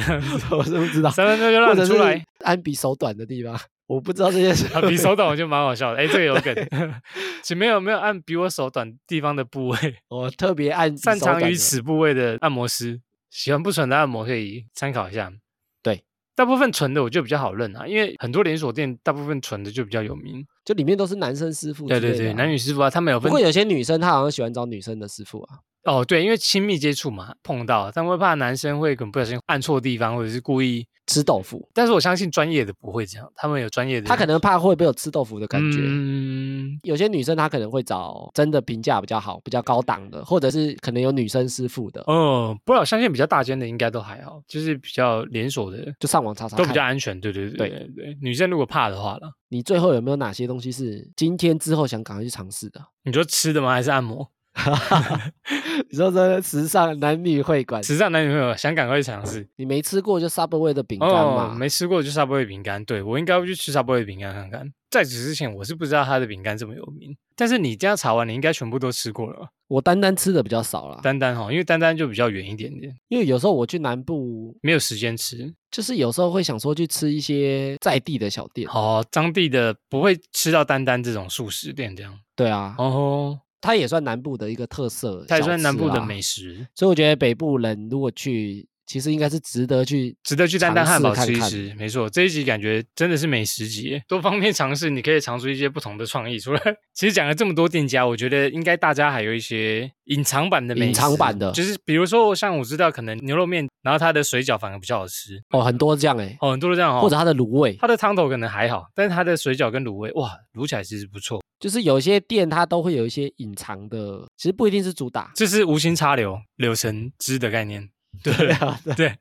S2: 我是不知道，
S1: 三分钟就
S2: 或
S1: 让
S2: 者
S1: 你
S2: 是
S1: 出来。
S2: 按比手短的地方，我不知道
S1: *laughs*
S2: 这件事
S1: 啊，比手短我就蛮好笑的，哎，这个有梗。 *laughs* 请没有没有按比我手短地方的部位，
S2: 我特别按比
S1: 擅
S2: 手
S1: 长
S2: 短
S1: 于
S2: 的
S1: 此部位的按摩师，喜欢不纯的按摩可以参考一下。
S2: 对，
S1: 大部分纯的我就比较好认啊，因为很多连锁店大部分纯的就比较有名。
S2: 就里面都是男生师傅
S1: 对
S2: 之类的啊、
S1: 对对，男女师傅啊，他们有
S2: 不
S1: 分
S2: 过有些女生她好像喜欢找女生的师傅啊，
S1: 哦，对，因为亲密接触嘛，碰到，但会怕男生会可能不小心按错地方，或者是故意。
S2: 吃豆腐，
S1: 但是我相信专业的不会这样，他们有专业的，
S2: 她可能怕会被我吃豆腐的感觉。
S1: 嗯，
S2: 有些女生她可能会找真的评价比较好、比较高档的，或者是可能有女生师傅的，
S1: 哦，不过我相信比较大间的应该都还好，就是比较连锁的
S2: 就上网查查
S1: 都比较
S2: 看。
S1: 安全。对对
S2: 对
S1: 对对对，女生如果怕的话了，
S2: 你最后有没有哪些东西是今天之后想赶快去尝试的？ *laughs*
S1: 你说吃的吗？还是按摩？
S2: 你说这时尚男女会馆，
S1: 时尚男女朋友想赶快去尝试
S2: 你没吃过就 Subway 的饼干
S1: 哦
S2: 嘛？，
S1: 没吃过就 Subway 饼干，对我应该会去吃 Subway 饼干看看。在此之前，我是不知道它的饼干这么有名，但是你这样查完，你应该全部都吃过了吧。
S2: 我单单吃的比较少啦，
S1: 丹丹哦哈，因为丹丹就比较远一点点，
S2: 因为有时候我去南部，
S1: 没有时间吃。
S2: 就是有时候会想说去吃一些在地的小店。
S1: 哦，当地的不会吃到丹丹这种素食店这样。
S2: 对啊，
S1: 哦，
S2: 它也算南部的一个特色，
S1: 它也算南部的美。食，
S2: 所以我觉得北部人如果去，其实应该是值得去
S1: 值得去丹丹汉堡吃一
S2: 尝
S1: 吃
S2: 试。
S1: 没错，这一集感觉真的是美食节，多方面尝试，你可以尝出一些不同的创意出来。其实讲了这么多店家，我觉得应该大家还有一些隐藏版的美食，
S2: 隐藏版的
S1: 就是比如说像我知道可能牛肉面，然后它的水饺反而比较好吃。
S2: 哦，很多这样哎、
S1: 哦，很多都这样哦，
S2: 或者它的卤味，
S1: 它的汤头可能还好，但是它的水饺跟卤味，哇，卤起来其实不错。
S2: 就是有些店它都会有一些隐藏的，其实不一定是主打。
S1: 这是无心插柳柳橙汁的概念。对
S2: *laughs* 啊，
S1: 对，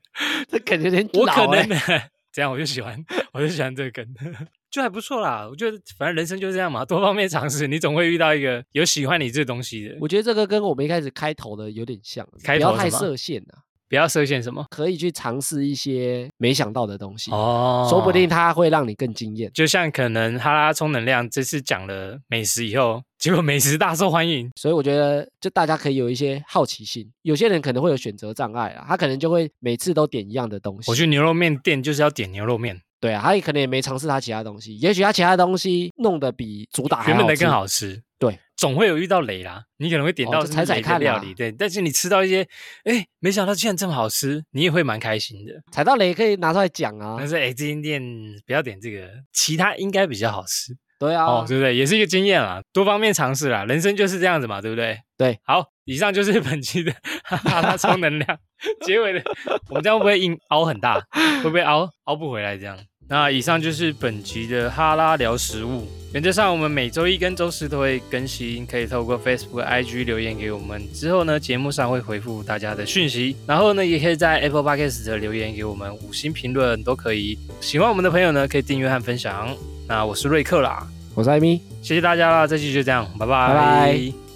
S2: 这感觉有点
S1: 我可
S2: 老欸
S1: 能 *laughs* 这样，我就喜欢，我就喜欢这个梗， *laughs* 就还不错啦。我觉得反正人生就是这样嘛，多方面尝试，你总会遇到一个有喜欢你这东西的。
S2: 我觉得这个跟我们一开始开头的有点像，
S1: 开
S2: 不要
S1: 头
S2: 太
S1: 什么
S2: 设限啊，
S1: 不要设限什么
S2: 可以去尝试一些没想到的东西，
S1: 哦
S2: 说不定它会让你更惊艳。
S1: 就像可能哈拉充能量这次讲了美食以后，结果美食大受欢迎。
S2: 所以我觉得，就大家可以有一些好奇心。有些人可能会有选择障碍啊，他可能就会每次都点一样的东西。
S1: 我去牛肉面店就是要点牛肉面，
S2: 对啊，他也可能也没尝试他其他东西，也许他其他东西弄得比主打啊还
S1: 原本的
S2: 吃
S1: 更。好吃。
S2: 对，
S1: 总会有遇到雷啦，你可能会点
S2: 哦
S1: 到
S2: 就是踩踩
S1: 雷的
S2: 看
S1: 料
S2: 啦
S1: 理，对。但是你吃到一些，哎，没想到竟然这么好吃，你也会蛮开心的。
S2: 踩到雷可以拿出来讲啊
S1: 但，是哎，这间店不要点这个，其他应该比较好吃、
S2: 对啊，
S1: 哦，对不对？也是一个经验啦，多方面尝试啦，人生就是这样子嘛，对不对？
S2: 对，
S1: 好，以上就是本期的哈哈哈充能量 *laughs* 结尾的，我们这样会不会硬凹很大？会不会凹凹不回来这样？那以上就是本集的哈拉聊食物。原则上，我们每周一跟周四都会更新，可以透过 Facebook、IG 留言给我们。之后呢，节目上会回复大家的讯息，然后呢，也可以在 Apple Podcast 留言给我们五星评论都可以。喜欢我们的朋友呢，可以订阅和分享。那我是瑞克啦，
S2: 我是艾米。
S1: 谢谢大家啦，这期就这样，拜
S2: 拜拜